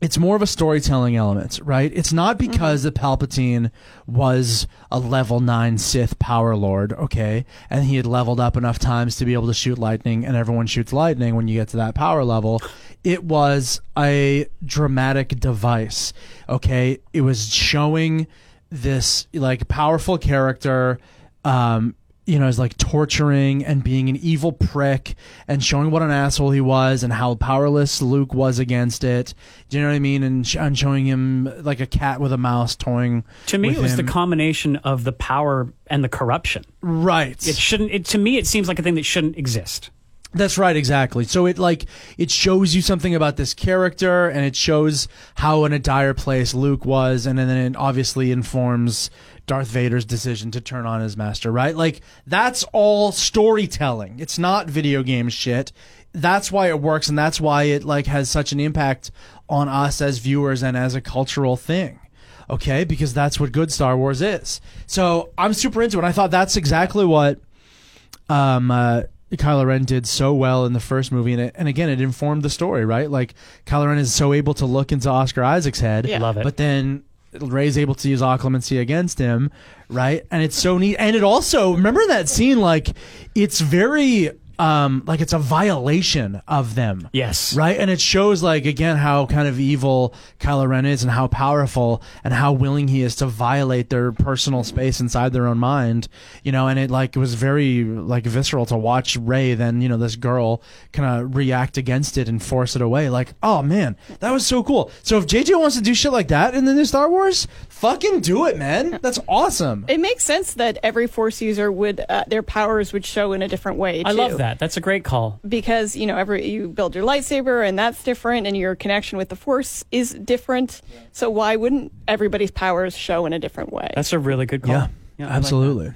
It's more of a storytelling element, right? It's not because the Palpatine was a level 9 Sith power lord, okay? And he had leveled up enough times to be able to shoot lightning and everyone shoots lightning when you get to that power level. It was a dramatic device, okay? It was showing this like powerful character um you know, is like torturing and being an evil prick and showing what an asshole he was and how powerless Luke was against it. Do you know what I mean? And, sh- and showing him like a cat with a mouse toying.
to me,
with
it was
him.
the combination of the power and the corruption.
right.
It shouldn't. It, to me, it seems like a thing that shouldn't exist.
That's right, exactly. So it like it shows you something about this character, and it shows how in a dire place Luke was, and then it obviously informs Darth Vader's decision to turn on his master. Right, like that's all storytelling. It's not video game shit. That's why it works, and that's why it like has such an impact on us as viewers and as a cultural thing okay? Because that's what good Star Wars is. So I'm super into it. I thought that's exactly what um, uh, Kylo Ren did so well in the first movie, and it, and again, it informed the story, right? Like Kylo Ren is so able to look into Oscar Isaac's head,
Yeah.
Love it.
but then. Ray's able to use occlumency against him, right? And it's so neat. And it also remember that scene, like it's very um, like it's a violation of them.
Yes.
Right? And it shows like again how kind of evil Kylo Ren is and how powerful and how willing he is to violate their personal space inside their own mind. You know, and it like was very like visceral to watch Ray then, you know, this girl kind of react against it and force it away. Like, oh man, that was so cool. So if JJ wants to do shit like that in the new Star Wars, fucking do it, man. That's awesome.
It makes sense that every Force user would uh, their powers would show in a different way.
I love
too.
that. That's a great call.
because you know every you build your lightsaber and that's different and your connection with the force is different so why wouldn't everybody's powers show in a different way
That's a really good call.
Yeah,
I like
absolutely.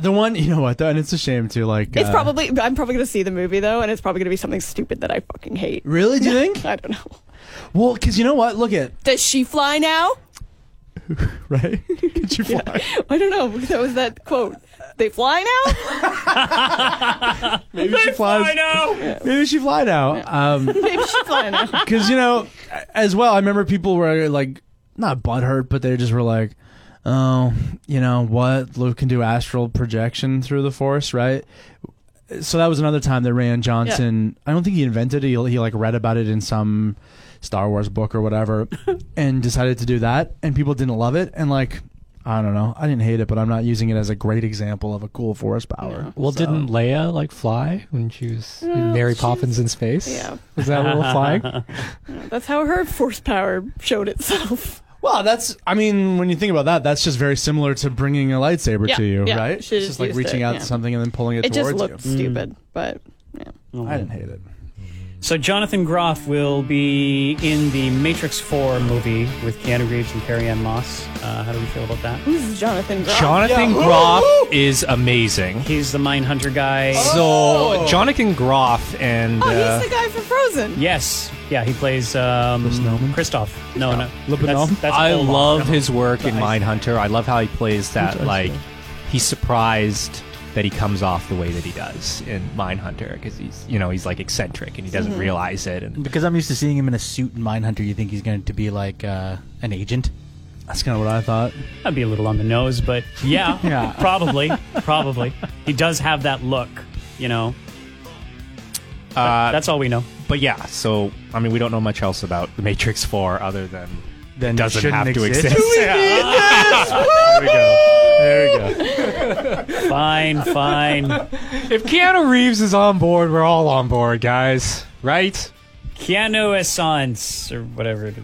the one, you know what, though, and it's a shame too. Like,
it's
uh,
probably i'm probably going to see the movie though and it's probably going to be something stupid that i fucking hate
really. Do you think?
i don't know
Well, because you know what? Look at
does she fly now
right. Could you fly?
i don't know <laughs> that was that quote they fly now <laughs>
Maybe she flies.
I know.
Maybe she fly now. Um,
maybe she fly now
because you know, as well, I remember people were like, not butthurt, but they just were like, oh, you know what? Luke can do astral projection through the Force, right? So that was another time that Rand Johnson. I don't think he invented it. He, he like read about it in some Star Wars book or whatever, and decided to do that, and people didn't love it, and like. I don't know. I didn't hate it, but I'm not using it as a great example of a cool force power.
Well, didn't Leia like fly when she was Mary Poppins in space?
yeah.
was that a little flying?
that's how her force power showed itself
Well, that's. I mean, when you think about that, that's just very similar to bringing a lightsaber
Yeah,
to you,
yeah,
right? It's
should've
just, like
used
reaching
it,
out
yeah.
to something and then pulling it,
it just
towards
looked
Mm.
stupid but yeah.
you. I didn't hate it.
So Jonathan Groff will be in the Matrix 4 movie with Keanu Reeves and Carrie Ann Moss. Uh, how do we feel about that?
who's jonathan Groff?
Jonathan Groff is amazing.
He's the Mindhunter guy.
Oh.
So Jonathan Groff and
oh
uh,
he's the guy from frozen
Yes. Yeah, he plays um, Christoph. No, no. That's, that's
I
Olaf.
love <laughs> his work in Mindhunter. I love how he plays that like he's surprised that he comes off the way that he does in Mindhunter because he's you know he's like eccentric and he doesn't realize it and
Because I'm used to seeing him in a suit in Mindhunter, you think he's going to be like uh, an agent?
That's kind of what I thought.
That'd be a little on the nose, but yeah,
Yeah.
probably, probably. He does have that look, you know.
uh,
That's all we know.
but yeah so I mean we don't know much else about The Matrix Four other than
Then
it doesn't have to exist.
Fine, fine.
if <laughs> Keanu Reeves is on board, we're all on board, guys. Right?
Keanu Essence or whatever. it-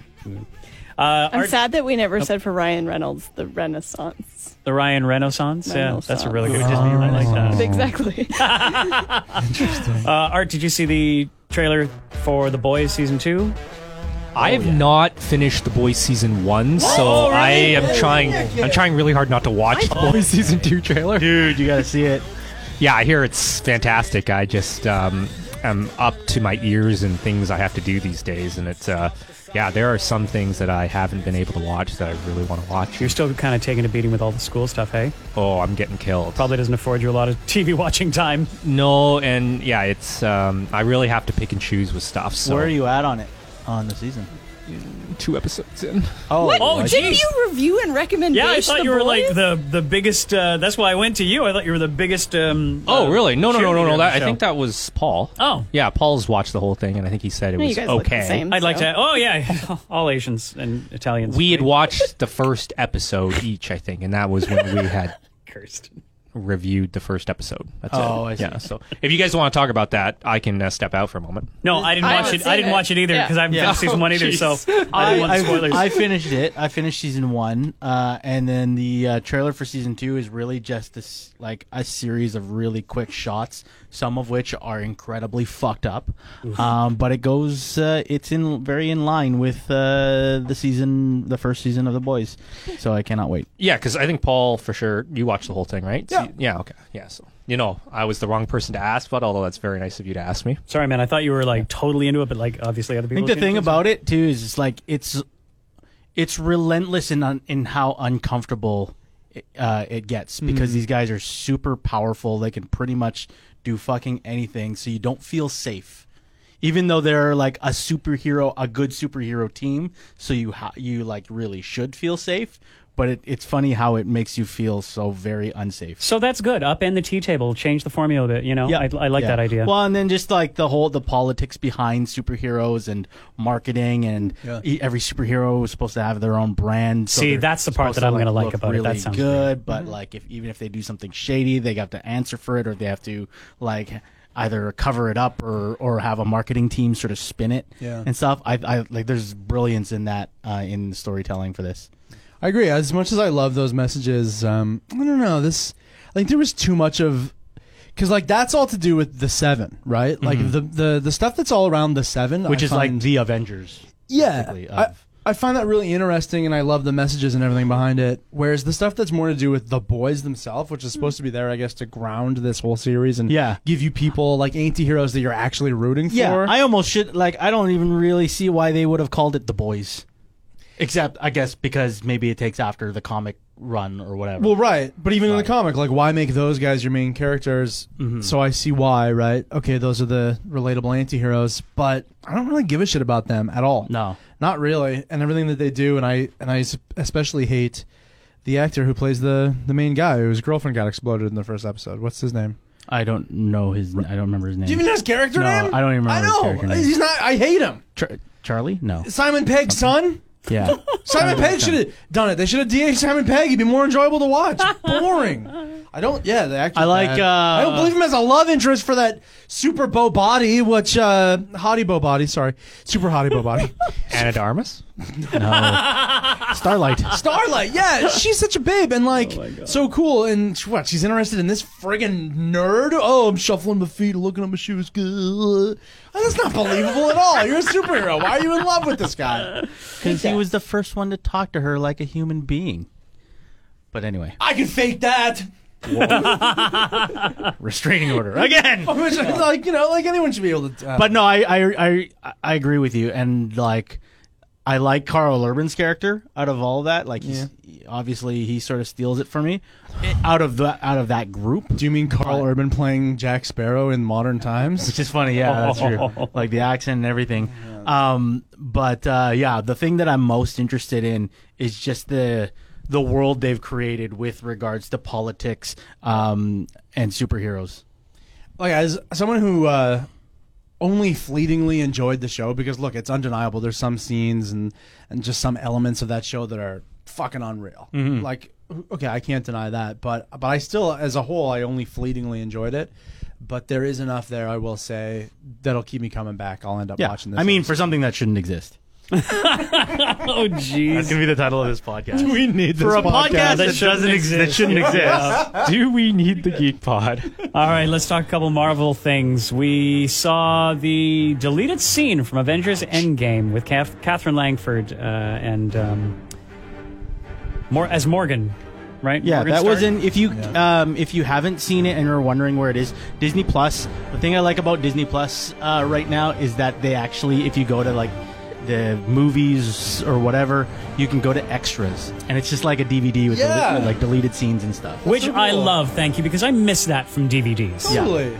Uh,
I'm
art-
sad that we never said for Ryan Reynolds the Renaissance.
the Ryan Renaissance. Yeah, that's a really good Disney.
Renaissance.
I like that.
Exactly.
<laughs> Uh, Art, did you see the trailer for The Boys season two?
I have not finished The Boys season one, so I am trying. I'm trying really hard not to watch The Boys season two trailer.
Dude, you gotta see it.
Yeah, I hear it's fantastic. I just um, am up to my ears in things I have to do these days, and it's uh, yeah, there are some things that I haven't been able to watch that I really want to watch.
You're still kind of taking a beating with all the school stuff, hey?
Oh, I'm getting killed.
Probably doesn't afford you a lot of <laughs> TV watching time.
No, and yeah, it's um, I really have to pick and choose with stuff. So
Where are you at on it? On the season?
two episodes in?
Oh,
what?
Oh,
Didn't
geez.
you review and recommend?
Yeah, I
Bash
thought
the
you were like
Boys?
the the biggest. Uh, that's why I went to you. I thought you were the biggest. Um,
Oh,
uh,
really? No, no, no, no,
cheerleader
no.
on
That,
the
I
show.
think that was Paul.
Oh.
yeah. Paul's watched the whole thing, and I think he said it
No, you
was
guys look the
okay.
same.
I'd like
so.
to. Oh yeah, all Asians and Italians.
We had watched the first episode each, I think, and that was when
<laughs>
we had
cursed.
reviewed the first episode. That's
Oh,
it.
I see.
Yeah. So if you guys want to talk about that, I can uh, step out for a moment.
No, I didn't
I
watch
haven't
it. I
seen
didn't
it.
watch it either
Yeah.
because I haven't
Yeah.
finished season one either. So I
I,
didn't want the spoilers.
I finished it. I finished season one, uh, and then the uh, trailer for season two is really just this like a series of really quick shots, some of which are incredibly fucked up.
Mm-hmm.
Um, but it goes, uh, it's in very in line with uh, the season, the first season of The Boys. So I cannot wait.
Yeah, because I think Paul for sure. You watched the whole thing, right? Yeah. yeah. Okay. Yeah. So you know, I was the wrong person to ask, but although that's very nice of you to ask <laughs> me.
Sorry, man. I thought you were like totally into it, but like obviously other
I
people.
think the
can
thing
too, so-
about it too is it's like it's it's relentless in un, in how uncomfortable it, uh, it gets because these guys are super powerful. They can pretty much do fucking anything, so you don't feel safe. Even though they're like a superhero, a good superhero team, so you ha- you like really should feel safe.
but it, it's funny how it makes you feel so very unsafe.
So that's good. Upend the tea table, change the formula a bit. You know, I, I like
Yeah.
that idea.
Well, and then just like the whole the politics behind superheroes and marketing, and e- every superhero is supposed to have their own brand.
See,
they're
that's the part
supposed
that I'm gonna
to
like
look
about it.
really
That sounds
good, but
Mm-hmm.
like if even if they do something shady, they have to answer for it, or they have to like either cover it up or or have a marketing team sort of spin it
Yeah.
and stuff. I, I like there's brilliance in that uh, in storytelling for this.
<laughs> I agree. As much as I love those messages, um, I don't know. This, I think there was too much of, because like that's all to do with the seven, right? Like the, the the stuff that's all around the seven,
Mm-hmm. which
I
is like
find-
the Avengers.
yeah.
basically
I,
of-
I find that really interesting, and I love the messages and everything behind it. Whereas the stuff that's more to do with the boys themselves, which is supposed to be there, I guess, to ground this whole series and
Yeah.
give you people like anti-heroes that you're actually rooting
Yeah,
for.
I almost should like. I don't even really see why they would have called it the boys, except I guess because maybe it takes after the comic run or whatever.
Well, right, but even in the comic, like, why make those guys your main characters?
Mm-hmm.
So I see why, right? Okay, those are the relatable anti-heroes, but I don't really give a shit about them at all.
no,
not really, and everything that they do, and I and I s- especially hate the actor who plays the the main guy whose girlfriend got exploded in the first episode. What's his name?
I don't know his. I don't remember his name.
Do you even know his character
No,
name?
I don't even remember
I
his
know
character name.
he's not. I hate him.
Char- Charlie? <laughs> No.
Simon Pegg's son.
Yeah.
Simon Pegg should have done it. They should have DH Simon Pegg. He'd be more enjoyable to
<laughs>
watch. Boring. I don't. Yeah, the actor.
I like, uh,
I don't believe him as a love interest for that super bow body, which uh, hottie bow body. Sorry, super hottie bow body.
Anadarmus?
<laughs> Starlight. Oh
Starlight. Yeah, she's such a babe and like so cool. And she- what? She's interested in this friggin' nerd. Oh, I'm shuffling my feet, looking at my shoes. Good. That's not believable at all. You're a superhero. Why are you in love with this guy?
Because he was the first one to talk to her like a human being. But anyway,
I can
<laughs>
fake that. <laughs>
restraining order again.
Which, like you know, like anyone should be able to. uh,
but no, I, I I I agree with you, and like I like Carl Urban's character out of all that. Like, he's, obviously, he sort of steals it from me out of the out of that group,
Do you mean Carl Urban playing Jack Sparrow in modern times?
which is funny. Yeah, that's true. Like the accent and everything. Um, but uh, yeah, the thing that I'm most interested in is just the the world they've created with regards to politics um, and superheroes.
<laughs> Like as someone who uh, only fleetingly enjoyed the show because look, it's undeniable. There's some scenes and and just some elements of that show that are fucking unreal. Like okay, I can't deny that, but but I still, as a whole, I only fleetingly enjoyed it. But there is enough there, I will say, that'll keep me coming back. I'll end up
Yeah,
watching this.
I mean,
episode.
for something that shouldn't exist.
oh, jeez.
gonna be the title of this
<laughs>
podcast.
we need this
for a podcast,
podcast
that,
that
doesn't
shouldn't
exist. That shouldn't exist.
Do we need the Geek Pod?
All right, let's talk a couple Marvel things. We saw the deleted scene from Avengers Endgame with Kath- Catherine Langford uh, and um, more as Morgan, right?
Yeah,
Morgan
that
Stark?
was in. If you um, if you haven't seen it and are wondering where it is, Disney Plus. The thing I like about Disney Plus uh, right now is that they actually, if you go to like the movies or whatever, you can go to extras, and it's just like a DVD with,
Yeah.
dele- with, like deleted scenes and stuff.
which
so
I
cool.
love. Thank you, because I miss that from DVDs.
totally.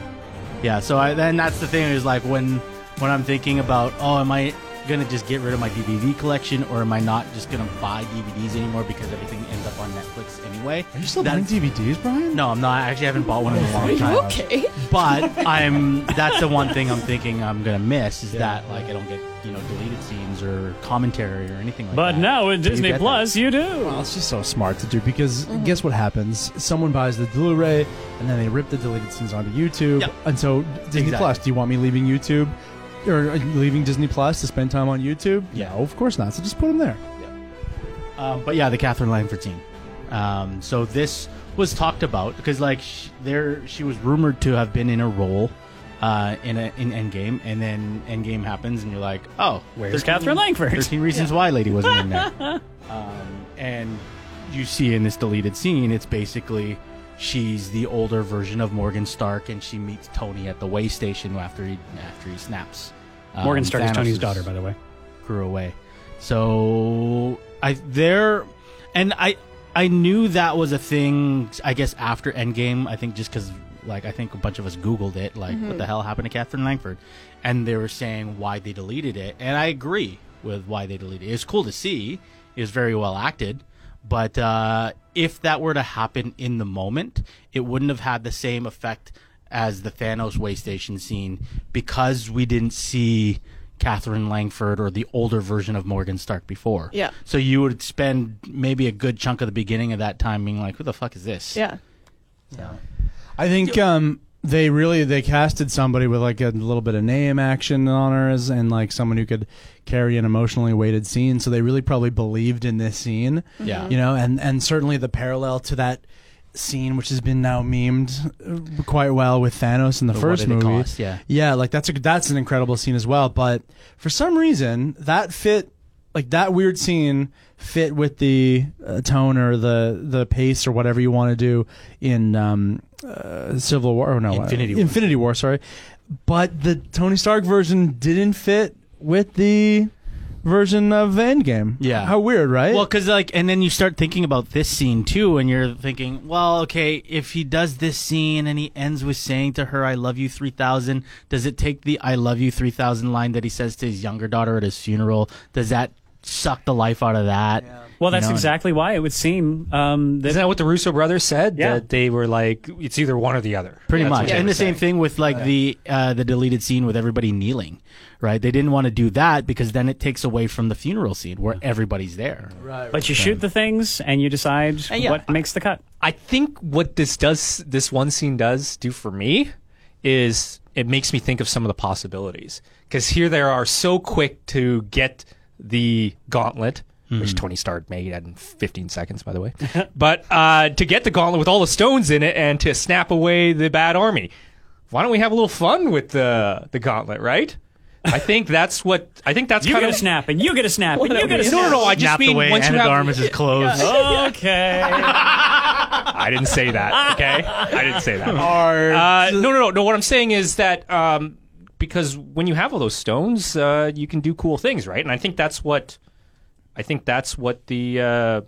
Yeah, so I, then that's the thing is like when when I'm thinking about oh am I gonna just get rid of my DVD collection or am I not just gonna buy DVDs anymore because everything ends up on Netflix anyway?
Are you still
That-
buying DVDs,
<laughs>
Brian?
No, I'm not. I actually haven't bought one in a long time.
Okay.
But I'm. That's the one thing I'm thinking I'm gonna miss is that like I don't get you know deleted scenes or commentary or anything like
But
that. Oh,
now with
you
Disney
get
Plus, you do.
Well, it's just so smart to do because guess what happens? Someone buys the Blu-ray and then they rip the deleted scenes onto YouTube.
Yep.
And so Disney
Exactly.
Plus, do you want me leaving YouTube or uh, leaving Disney Plus to spend time on YouTube?
Yeah.
No, of course not. So just put them there.
Um, but yeah, the Catherine Langford scene. Um, so this was talked about because like sh- there she was rumored to have been in a role uh, in a in Endgame, and then Endgame happens, and you're like, oh,
Where's
13
Catherine Langford? <laughs>
Thirteen Reasons Why lady wasn't in there. um, and you see in this deleted scene, it's basically she's the older version of Morgan Stark, and she meets Tony at the way station after he after he snaps. um,
Morgan Stark is Tony's
Thanos'
daughter, by the way.
grew away. So I there, and I I knew that was a thing. I guess after Endgame, I think just because like I think a bunch of us Googled it, like what the hell happened to Catherine Langford, and they were saying why they deleted it, and I agree with why they deleted it. It's cool to see. It was very well acted, But uh, if that were to happen in the moment, it wouldn't have had the same effect as the Thanos way station scene because we didn't see Catherine Langford or the older version of Morgan Stark before.
Yeah.
So you would spend maybe a good chunk of the beginning of that time being like, "Who the fuck is this?"
Yeah.
I think um, they really they casted somebody with like a little bit of name action on her as, and like someone who could carry an emotionally weighted scene. So they really probably believed in this scene.
Yeah.
you know, and and certainly the parallel to that scene, which has been now memed uh, quite well with Thanos in the
The what
first
did it
movie.
cost? Yeah.
yeah, like that's a that's an incredible scene as well. But for some reason, that fit. Like that weird scene fit with the uh, tone or the, the pace or whatever you want to do in um, Civil War. Oh no,
Infinity
uh,
War.
Infinity War. Sorry, but the Tony Stark version didn't fit with the version of Endgame.
Yeah.
how weird, right?
Well, because like, and then you start thinking about this scene too, and you're thinking, well, okay, if he does this scene and he ends with saying to her, "I love you 3,000," does it take the "I love you 3,000" line that he says to his younger daughter at his funeral? Does that suck the life out of that?
Well, that's
You know,
exactly why it would seem um, that
<laughs> Isn't that what the Russo brothers said?
Yeah.
That they were like, it's either one or the other.
Pretty
That's
much,
what they
and
were
the same
saying.
thing with like the uh, the deleted scene with everybody kneeling, right? They didn't want to do that because then it takes away from the funeral scene where everybody's there.
But you shoot the things and you decide
And yeah.
what makes the cut.
I think what this does, this one scene does do for me, is it makes me think of some of the possibilities. Because here they are so quick to get the gauntlet,
Mm-hmm.
which Tony Stark made in 15 seconds, by the way. <laughs> but uh, to get the gauntlet with all the stones in it and to snap away the bad army. Why don't we have a little fun with the the gauntlet, right? I think that's what I think that's
You
kind
get a
of
snap and you get a snap and you get a snap.
No, no, no. I just
Snap
mean
the way
once you
Anna
have-
Darmus is closed. <laughs>
Okay.
I didn't say that. Okay, I didn't say that. Uh, no, no, no, no. What I'm saying is that um, because when you have all those stones, uh, you can do cool things, right? And I think that's what I think that's what the uh,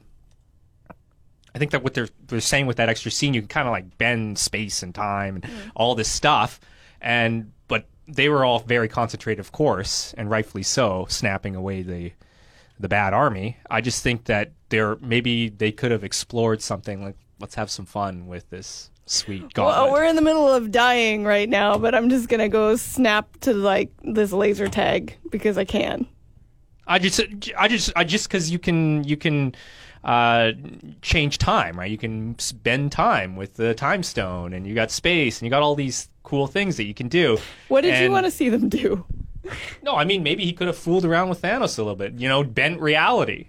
I think that what they're they're saying with that extra scene, you can kind of like bend space and time and
Mm-hmm.
all this stuff, and but they were all very concentrated, of course, and rightfully so, snapping away the the bad army. I just think that there maybe they could have explored something like let's have some fun with this sweet gauntlet.
Well, uh, we're in the middle of dying right now, but I'm just gonna go snap to like this laser tag because I can.
I just, I just, I just because you can, you can uh, change time, right? You can s- bend time with the time stone, and you got space, and you got all these cool things that you can do.
What did you
And-
want to see them do?
No, I mean maybe he could have fooled around with Thanos a little bit. You know, bent reality.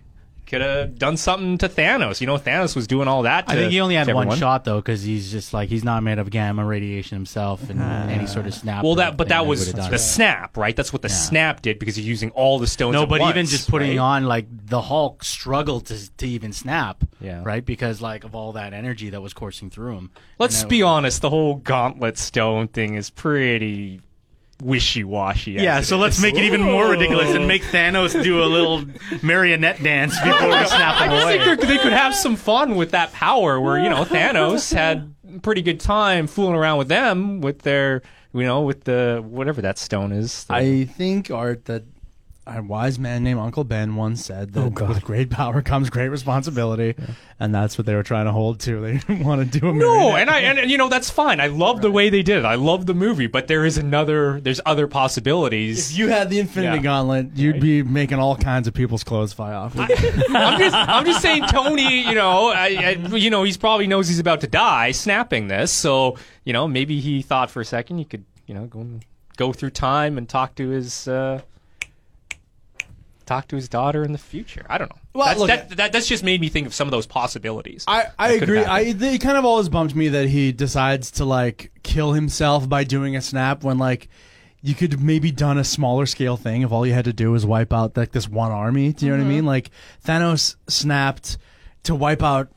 Could have done something to Thanos. You know, Thanos was doing all that. To,
I think he only had
to
one
everyone.
shot though, because he's just like he's not made of gamma radiation himself, and any sort of snap.
Well,
or
that but
thing
that was
would've done
the
it.
snap, right? That's what the snap did because you're using all the stones.
no.
at
But
once,
even just putting
right?
on like the Hulk struggled to to even snap,
Yeah.
right? Because like of all that energy that was coursing through him.
Let's
And that-
<laughs> be honest, the whole gauntlet stone thing is pretty wishy washy.
Yeah, so let's make it even more ridiculous and make Thanos do a <laughs> little marionette dance before we snap him
I
away.
think they're- they could have some fun with that power where, you
<laughs>
know, Thanos had pretty good time fooling around with them with their, you know, with the whatever that stone is. The-
I think Art that a wise man named Uncle Ben once said that with great power comes great responsibility, and that's what they were trying to hold to. They <laughs> didn't want to do a
no,
marionette.
and I and and, you know that's fine. I love the way they did it. I love the movie, but there is another there's other possibilities.
If you had the Infinity
Yeah.
Gauntlet, you'd be making all kinds of people's clothes fly off.
I'm just, I'm just saying, Tony. You know, I, I, you know, he's probably knows he's about to die, snapping this. So, you know, maybe he thought for a second he could, you know, go and- go through time and talk to his uh, talk to his daughter in the future. I don't know.
Well,
that's,
look-
that, that, that's just made me think of some of those possibilities.
I, I
That could've
agree. I,
happened.
it kind of always bumped me that he decides to like kill himself by doing a snap when like you could maybe done a smaller scale thing if all you had to do was wipe out like this one army. Do you know what I mean? Like Thanos snapped to wipe out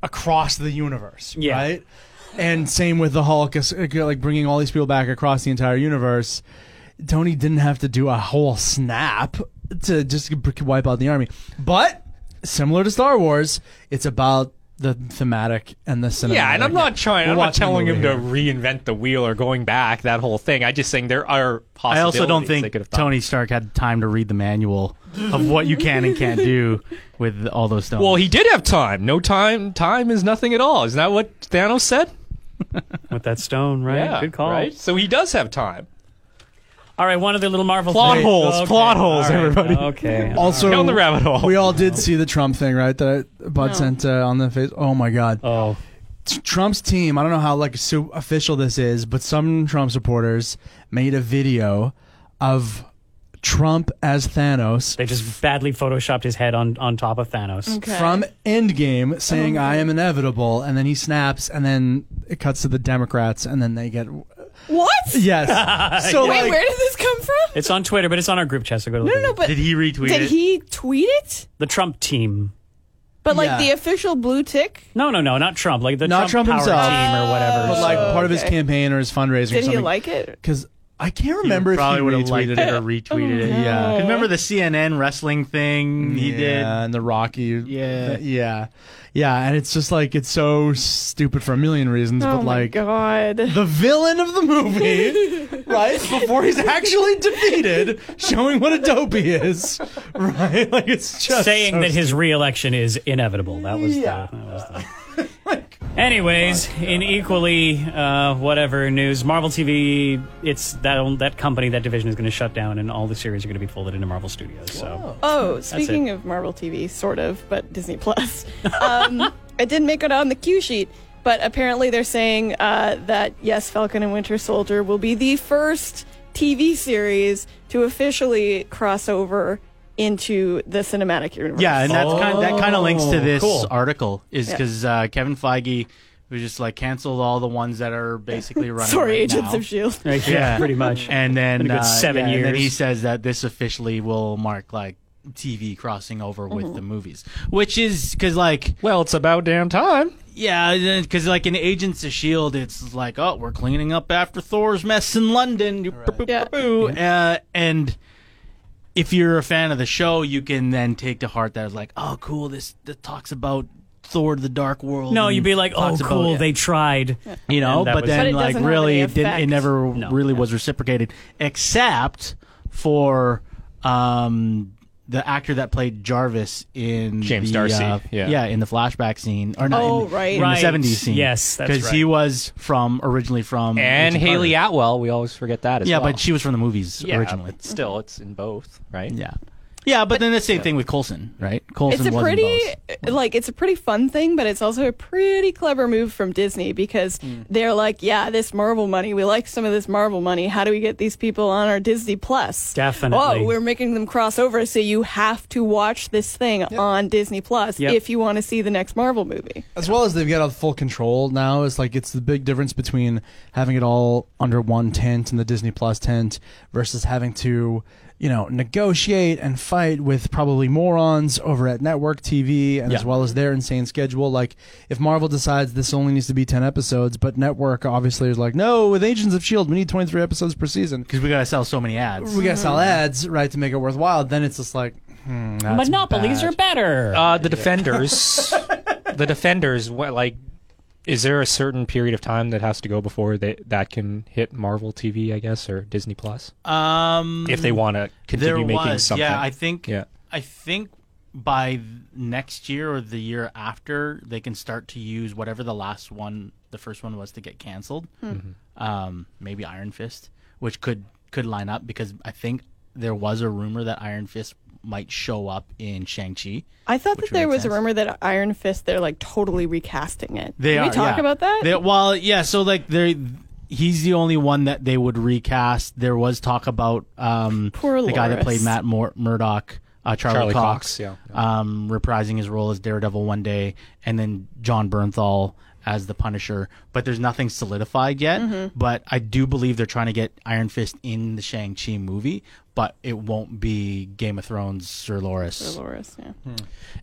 across the universe,
Yeah.
right? And same with the Hulk, as- like bringing all these people back across the entire universe. Tony didn't have to do a whole snap to just b- wipe out the army. But similar to Star Wars, it's about the thematic and the cinematic.
Yeah, and I'm not trying.
We're
I'm not
watching a
telling him
movie
to
here.
reinvent the wheel or going back that whole thing. I just saying there are
I
possibilities.
also don't
they could have
think
done.
Tony Stark had time to read the manual of what you can and can't
<laughs>
do with all those stones.
Well, he did have time. No time. Time is nothing at all. Isn't that what Thanos said?
with that stone, right?
Yeah.
Good call.
Right. So he does have time.
All right, one of the little Marvel
Plot
things.
holes, plot
all
holes, everybody.
<laughs>
Okay.
Also,
Down the rabbit hole.
we all did see the Trump thing, right? That Bud sent uh, on the face. Oh my God.
Oh,
Trump's team, I don't know how like so official this is, but some Trump supporters made a video of Trump as Thanos
they just badly photoshopped his head on on top of Thanos.
Okay.
from Endgame saying
Oh.
I am inevitable and then he snaps and then it cuts to the Democrats and then they
<laughs>
get
what?
Yes. so
Wait,
like
where did this come from?
It's on Twitter, but it's on our group chat. So go to
No,
the,
no, no. But
did he retweet
did
it?
he tweet it?
the Trump team.
But like
Yeah.
the official blue tick.
No, no, no, not Trump. Like the
Not
Trump, power
Trump himself.
team or whatever.
but like
so-
part of his
Oh, Okay.
campaign or his fundraising or
Did he
something.
like it?
Cuz I can't
He
remember if
probably
he
would have
retweeted
liked it
it.
or
Oh,
retweeted it.
Yeah.
'Cause Remember the CNN wrestling thing he did?
Yeah, and the Rocky.
Yeah.
yeah, yeah, and it's just like it's so stupid for a million reasons,
Oh
but
my
like
god.
the villain of the
<laughs>
movie, right before he's actually defeated, showing what a dope he is, <laughs> right? Like it's <laughs> just
saying
so
that his reelection is inevitable. That was
Yeah. Oh
the. That was
<laughs>
the Anyways, in equally uh, whatever news, Marvel TV, it's that that company, that division is going to shut down, and all the series are going to be folded into Marvel Studios. So
Oh, speaking of Marvel TV, sort of, but Disney
<laughs>
Plus. Um, I did make it on the cue sheet, but apparently they're saying uh, that yes, Falcon and Winter Soldier will be the first TV series to officially cross over into the cinematic universe.
Yeah, and that's kind that kind of links to this
cool.
article is because uh, Kevin Feige was just like canceled all the ones that are basically running.
Sorry,
right
Agents
now.
of Shield.
Right,
Yeah.
pretty
<laughs>
much.
And then
Been a good
uh,
seven
yeah, and then he
years.
says that this officially will mark like TV crossing over
Mm-hmm.
with the movies, which is because like
Well, it's about damn time.
yeah, because like in Agents of Shield, E it's like oh we're cleaning up after Thor's mess in London, Boop, boop,
Yeah. <laughs>
boop, boop. Uh, and if you're a fan of the show, you can then take to heart that it's like oh cool this that talks about Thor the Dark World.
no,
and
you'd be like, oh,
talks about-
cool, they tried.
you know,
And that
but
was-
then
But
it
like
doesn't have
really
any
it didn't it
effect.
never
No.
really was reciprocated except for um the actor that played Jarvis in
James
the,
Darcy,
uh,
yeah.
in the flashback scene or not
Oh,
in,
right.
in
Right.
the 70s scene
Yes, that's
because he
right.
was from originally from
And
Agent
Haley
Carter.
Atwell, we always forget that as
yeah
well.
but she was from the movies
yeah,
originally
but still, it's in both, right?
yeah yeah but then the same thing with Colson right Colson
It's a
was in
pretty uh,
both.
like it's a pretty fun thing, but it's also a pretty clever move from Disney because
Hmm.
they're like, yeah, this Marvel money, we like some of this Marvel money. How do we get these people on our Disney Plus?
Definitely.
Oh, we're making them cross over, so you have to watch this thing on Disney Plus
Yep.
if you want to see the next Marvel movie.
As well as they've got a full control now, it's like it's the big difference between having it all under one tent and the Disney Plus tent versus having to, you know, negotiate and fight with probably morons over at network TV and as
Yeah.
well as their insane schedule. Like if Marvel decides this only needs to be ten episodes, but network obviously is like, no, with Agents of Shield E we need twenty three episodes per season.
because we gotta sell so many ads
We gotta sell ads, right, to make it worthwhile. Then it's just like hmm, that's
Monopolies
bad.
are better.
Uh,
<laughs>
the Defenders. the Defenders. What like? Is there a certain period of time that has to go before they, that can hit Marvel TV, I guess, or Disney Plus,
um
if they want to continue
there
making
was,
something?
Yeah, I think.
Yeah.
I think by th- next year or the year after, they can start to use whatever the last one, the first one was to get canceled.
Hmm.
Mm-hmm.
Um, maybe Iron Fist, which could could line up because I think there was a rumor that Iron Fist might show up in Shang Chi.
I thought
Which
that there
would make
was
sense.
a rumor that Iron Fist they're like totally recasting it.
They
Can
are,
we talk
yeah.
about that?
They- well, yeah. So like they. He's the only one that they would recast. There was talk about um,
Poor
the guy that
Loras.
played Matt Mur- Murdock, uh, Charlie,
Charlie
Cox,
Cox, yeah,
Um, reprising his role as Daredevil one day, and then John Bernthal as the Punisher. But there's nothing solidified yet.
Mm-hmm.
But I do believe they're trying to get Iron Fist in the Shang Chi movie, but it won't be Game of Thrones Sir Loris.
Dolores, yeah.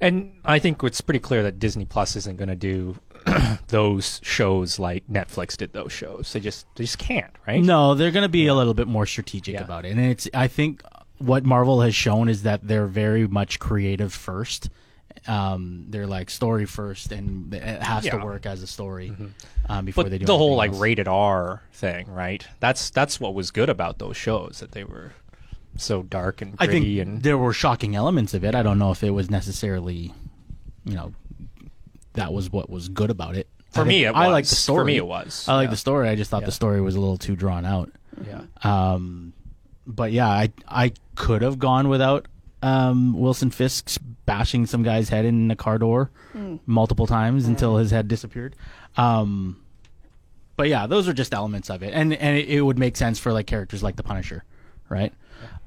And I think it's pretty clear that Disney Plus isn't going to do <clears throat> those shows like Netflix did those shows. They just they just can't, right?
No, they're going to be a little bit more strategic
Yeah.
about it. And it's I think what Marvel has shown is that they're very much creative first um, they're like story first, and it has
Yeah. Mm-hmm.
to work as a story um, before
But
they do
the whole
anything
like
else.
rated R thing, right? That's that's what was good about those shows that they were so dark and
I
gritty
think
and
there were shocking elements of it. I don't know if it was necessarily, you know, that was what was good about it.
For
I think-
me, it
I like
was.
the story.
For me, it was.
I like
Yeah.
the story. I just thought the story was a little too drawn out.
yeah.
Um, but yeah, I I could have gone without um, Wilson Fisk bashing some guy's head in a car door multiple times until his head disappeared. Um, but yeah, those are just elements of it, and and it, it would make sense for like characters like the Punisher, right?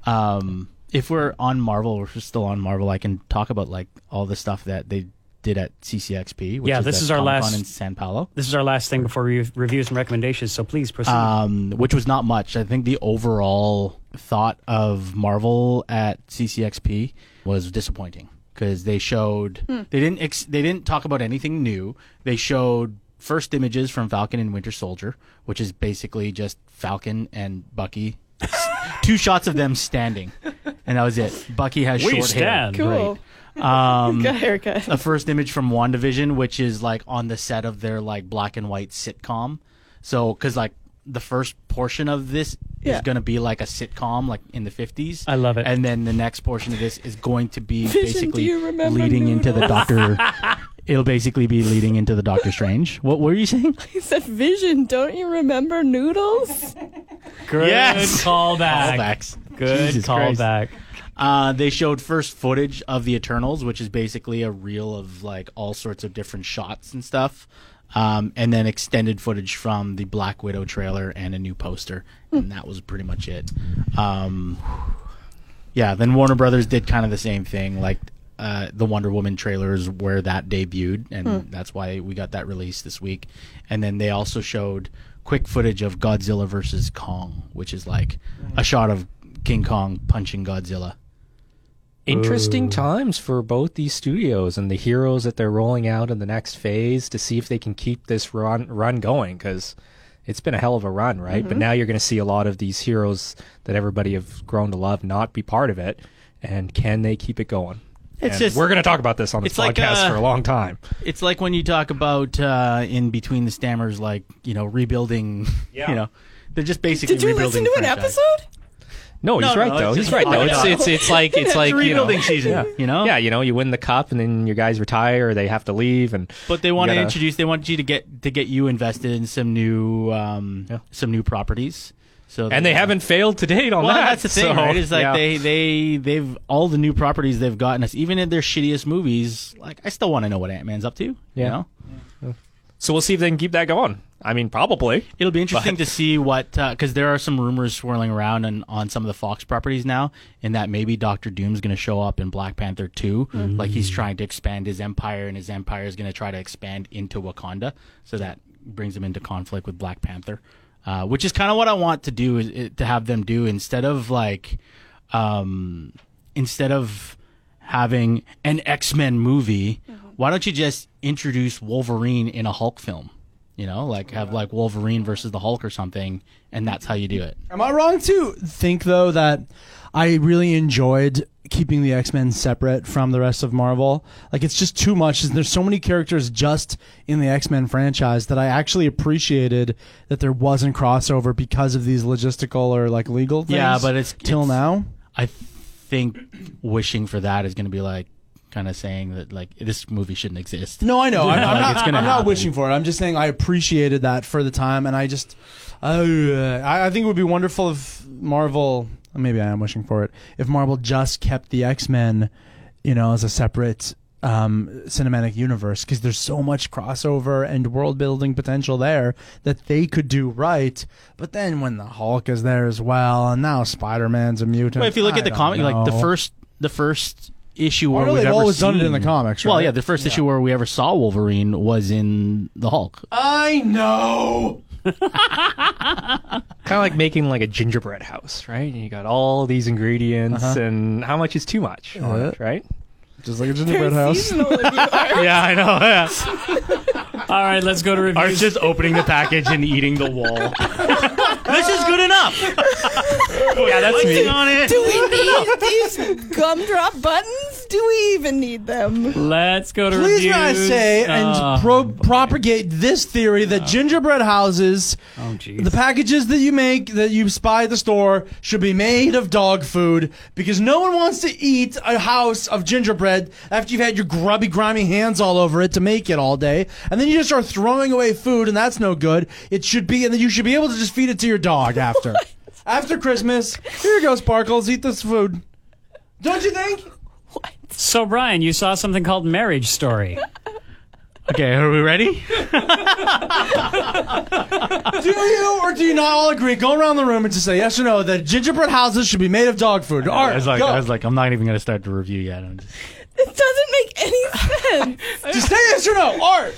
Um, if we're on Marvel, we're still on Marvel. I can talk about like all the stuff that they did at CCXP. Which
Yeah,
is
this
at
is our
Comic-Con
last-
in San Paulo.
This is our last thing before re- reviews and recommendations, so please proceed.
um, which was not much. I think the overall thought of Marvel at CCXP was disappointing because they showed they didn't ex- they didn't talk about anything new. They showed first images from Falcon and Winter Soldier, which is basically just Falcon and Bucky. <laughs> S- Two shots of them standing, and that was it. Bucky has
We
short
stand.
hair.
Cool.
Great.
<laughs>
Um,
Got a haircut.
a first image from WandaVision, which is like on the set of their like black and white sitcom. So, because like the first portion of this
Yeah.
is going to be like a sitcom, like in the 50s.
I love it.
And then the next portion of this is going to be
Vision, do
basically
you remember
leading into the
noodles? <laughs>
Doctor. it'll basically be leading into the Doctor Strange. What were you saying?
He said, "Vision, don't you remember noodles?"
Good
yes.
callback.
Callbacks.
Good
Jesus Christ.
callback.
Uh, they showed first footage of the Eternals, which is basically a reel of like all sorts of different shots and stuff, um, and then extended footage from the Black Widow trailer and a new poster, and that was pretty much it. Um, yeah, then Warner Brothers did kind of the same thing, like uh, the Wonder Woman trailers where that debuted, and that's why we got that release this week. And then they also showed quick footage of Godzilla versus Kong, which is like a shot of King Kong punching Godzilla.
Interesting times for both these studios and the heroes that they're rolling out in the next phase to see if they can keep this run run going because it's been a hell of a run, right?
Mm-hmm.
But now you're going to see a lot of these heroes that everybody have grown to love not be part of it, and can they keep it going?
It's
And
just-
we're going to talk about this on this
it's like,
podcast
uh,
for a long time.
It's like when you talk about uh, in between the stammers, like you know, rebuilding. <laughs>
Yeah.
You know, they're just basically.
Did you listen
rebuilding
to an
franchise. Oh,
episode?
No, he's
no,
right
it's
though.
just- uh,
He's right though. It's it's it's like <laughs> it's like you know,
Rebuilding season. You know.
yeah, you know, you win the cup and then your guys retire or they have to leave and
But they want
you
to
gotta-
introduce. They want you to get to get you invested in some new um, some new properties. So
and they haven't failed to date on
Well,
that.
that's the thing,
so,
right? It's like
yeah.
they they they've all the new properties they've gotten us, even in their shittiest movies. Like I still want to know what Ant Man's up to.
Yeah.
You know?
So we'll see if they can keep that going. I mean, probably.
It'll be interesting to see what because there are some rumors swirling around on, on some of the Fox properties now, and that maybe Doctor Doom's going to show up in Black Panther 2 Like he's trying to expand his empire, and his empire is going to try to expand into Wakanda, so that brings him into conflict with Black Panther, uh, which is kind of what I want to do is it, to have them do instead of like um, instead of having an X Men movie, why don't you just introduce Wolverine in a Hulk film? You know, like have like Wolverine versus the Hulk or something, and that's how you do it.
Am I wrong to think though that I really enjoyed keeping the X Men separate from the rest of Marvel? Like it's just too much. There's so many characters just in the X Men franchise that I actually appreciated that there wasn't crossover because of these logistical or like legal things.
Yeah, but it's-
till
it's-
now.
I think wishing for that is going to be like kind of saying that like this movie shouldn't exist.
No, I know.
<laughs>
I'm, I'm
Like,
not,
it's gonna
I'm not
happen.
wishing for it. I'm just saying I appreciated that for the time, and I just, uh, I, I think it would be wonderful if Marvel. Maybe I am wishing for it. If Marvel just kept the X Men, you know, as a separate um, cinematic universe, because there's so much crossover and world building potential there that they could do right. But then when the Hulk is there as well, and now Spider Man's a mutant.
Well, if you look
I
at the
don't
comic, like the
know.
first the first issue
Well,
where
really,
we've
they've
ever
always done it in the
seen-
comics,
Well,
right?
yeah, the first issue where we ever saw Wolverine was in the Hulk.
I know.
Kind of like making like a gingerbread house, right? And you got all these ingredients, and how much is too much, on it, Uh-huh. right?
Just like a
<laughs>
gingerbread house.
Seasonal if you are.
yeah, I know. Yeah.
<laughs> All right, let's go to reviews.
just opening the package and eating
<laughs>
the wall. this is good enough. yeah, that's me.
Do we need these gumdrop buttons? do we even need them?
Let's go to
Please,
reviews.
may I say,
Oh,
and pro-
boy.
propagate this theory that gingerbread houses,
Oh, jeez.
the packages that you make, that you buy at the store, should be made of dog food because no one wants to eat a house of gingerbread after you've had your grubby, grimy hands all over it to make it all day. And then you just start throwing away food, and that's no good. It should be, and then you should be able to just feed it to your
<laughs>
dog after. after Christmas, here you go, Sparkles, eat this food. Don't you think?
So, Brian, you saw something called Marriage Story.
Okay, are we ready?
Do you or do you not all agree? Go around the room and just say yes or no that gingerbread houses should be made of dog food. All
I
right,
was like,
go.
I was like, I'm not even gonna start the review yet. I'm just,
It doesn't make any sense.
just say yes or no. Art,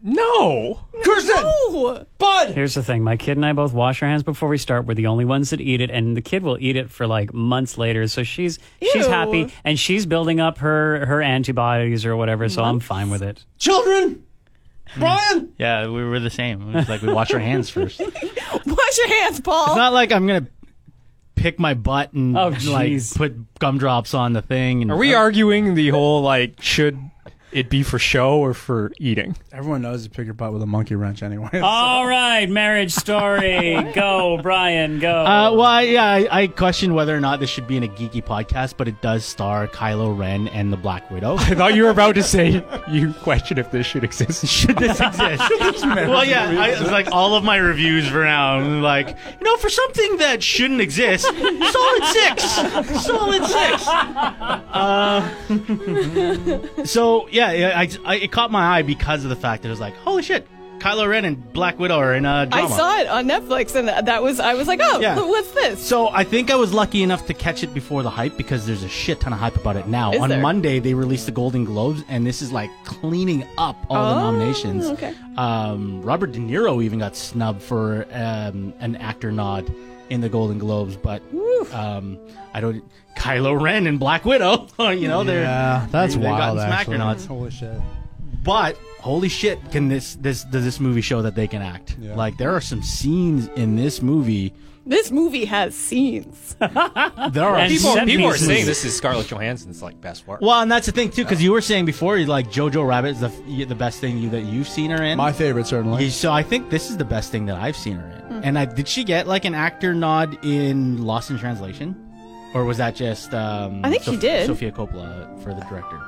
No.
Kirsten,
no.
Bud.
Here's the thing my kid and I both wash our hands before we start. We're the only ones that eat it, and the kid will eat it for like months later. So she's she's
Ew.
happy and she's building up her, her antibodies or whatever. So, I'm fine with it.
Children, Brian.
yeah, we were the same. It was like we wash our hands first. It's
Wash your hands, Paul.
not like I'm gonna pick my butt and
Oh,
like
jeez.
put gumdrops on the thing. And
Are we arguing the whole like should it be for show or for eating?
Everyone knows you pick your butt with a monkey wrench anyway.
Uh,
All right, Marriage Story. go, Brian, go.
Uh, well, I, yeah, I, I question whether or not this should be in a geeky podcast, but it does star Kylo Ren and the Black Widow.
I thought you were about to say you question if this should exist. Should <laughs> this exist?
well, yeah, I, it's like all of my reviews for now. I'm like, you know, for something that shouldn't exist, solid six, solid six. Uh, <laughs> so yeah, yeah, I, I, it caught my eye because of the fact that it was like, holy shit, Kylo Ren and Black Widow are in a drama.
I saw it on Netflix, and that was I was like, oh,
Yeah.
what's this?
So I think I was lucky enough to catch it before the hype because there's a shit ton of hype about it now.
Is
On
there?
Monday they released the Golden Globes, and this is like cleaning up all the nominations.
okay.
Um, Robert De Niro even got snubbed for um, an actor nod in the Golden Globes, but um, I don't. Kylo Ren and Black Widow, <laughs> you know, they're
that's
they- they've gotten
wild.
smacked or
actually.
not.
Holy shit.
But holy shit, can this this does this movie show that they can act?
Yeah.
Like there are some scenes in this movie.
This movie
<laughs>
has scenes.
There are
And
People,
set
people are
pieces.
saying this is Scarlett Johansson's like best work.
Well, and that's the thing too, because you were saying before, you like Jojo Rabbit's the y- the best thing you, that you've seen her in.
My favorite certainly.
Yeah, so I think this is the best thing that I've seen her in.
Mm-hmm.
And I did she get like an actor nod in Lost in Translation, or was that just? Um,
I think she did.
Sophia Coppola for the director.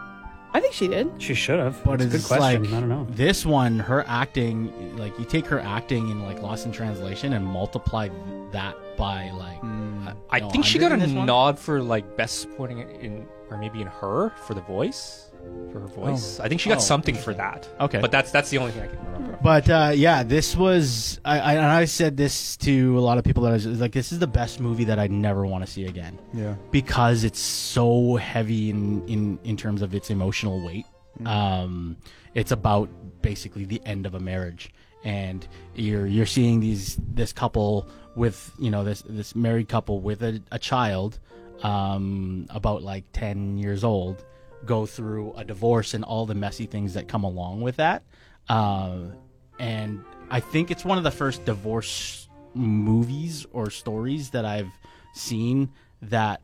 I think she did.
she should have.
But
it's a
it's
good question.
like
I don't know.
this one, her acting, like you take her acting in like Lost in Translation and multiply that by like.
Mm.
I
no,
think she got a
100 in this one?
nod for like best supporting in, or maybe in her for the voice, for her voice. I think she got
Oh,
something for that.
Okay.
but that's that's the only thing I can remember.
But uh, yeah, this was. I, I, and I said this to a lot of people that I was like, this is the best movie that I never want to see again
yeah.
because it's so heavy in in in terms of its emotional weight. Um, it's about basically the end of a marriage, and you're you're seeing these this couple with you know this this married couple with a, a child, um, about like ten years old, go through a divorce and all the messy things that come along with that. Um, and I think it's one of the first divorce movies or stories that I've seen that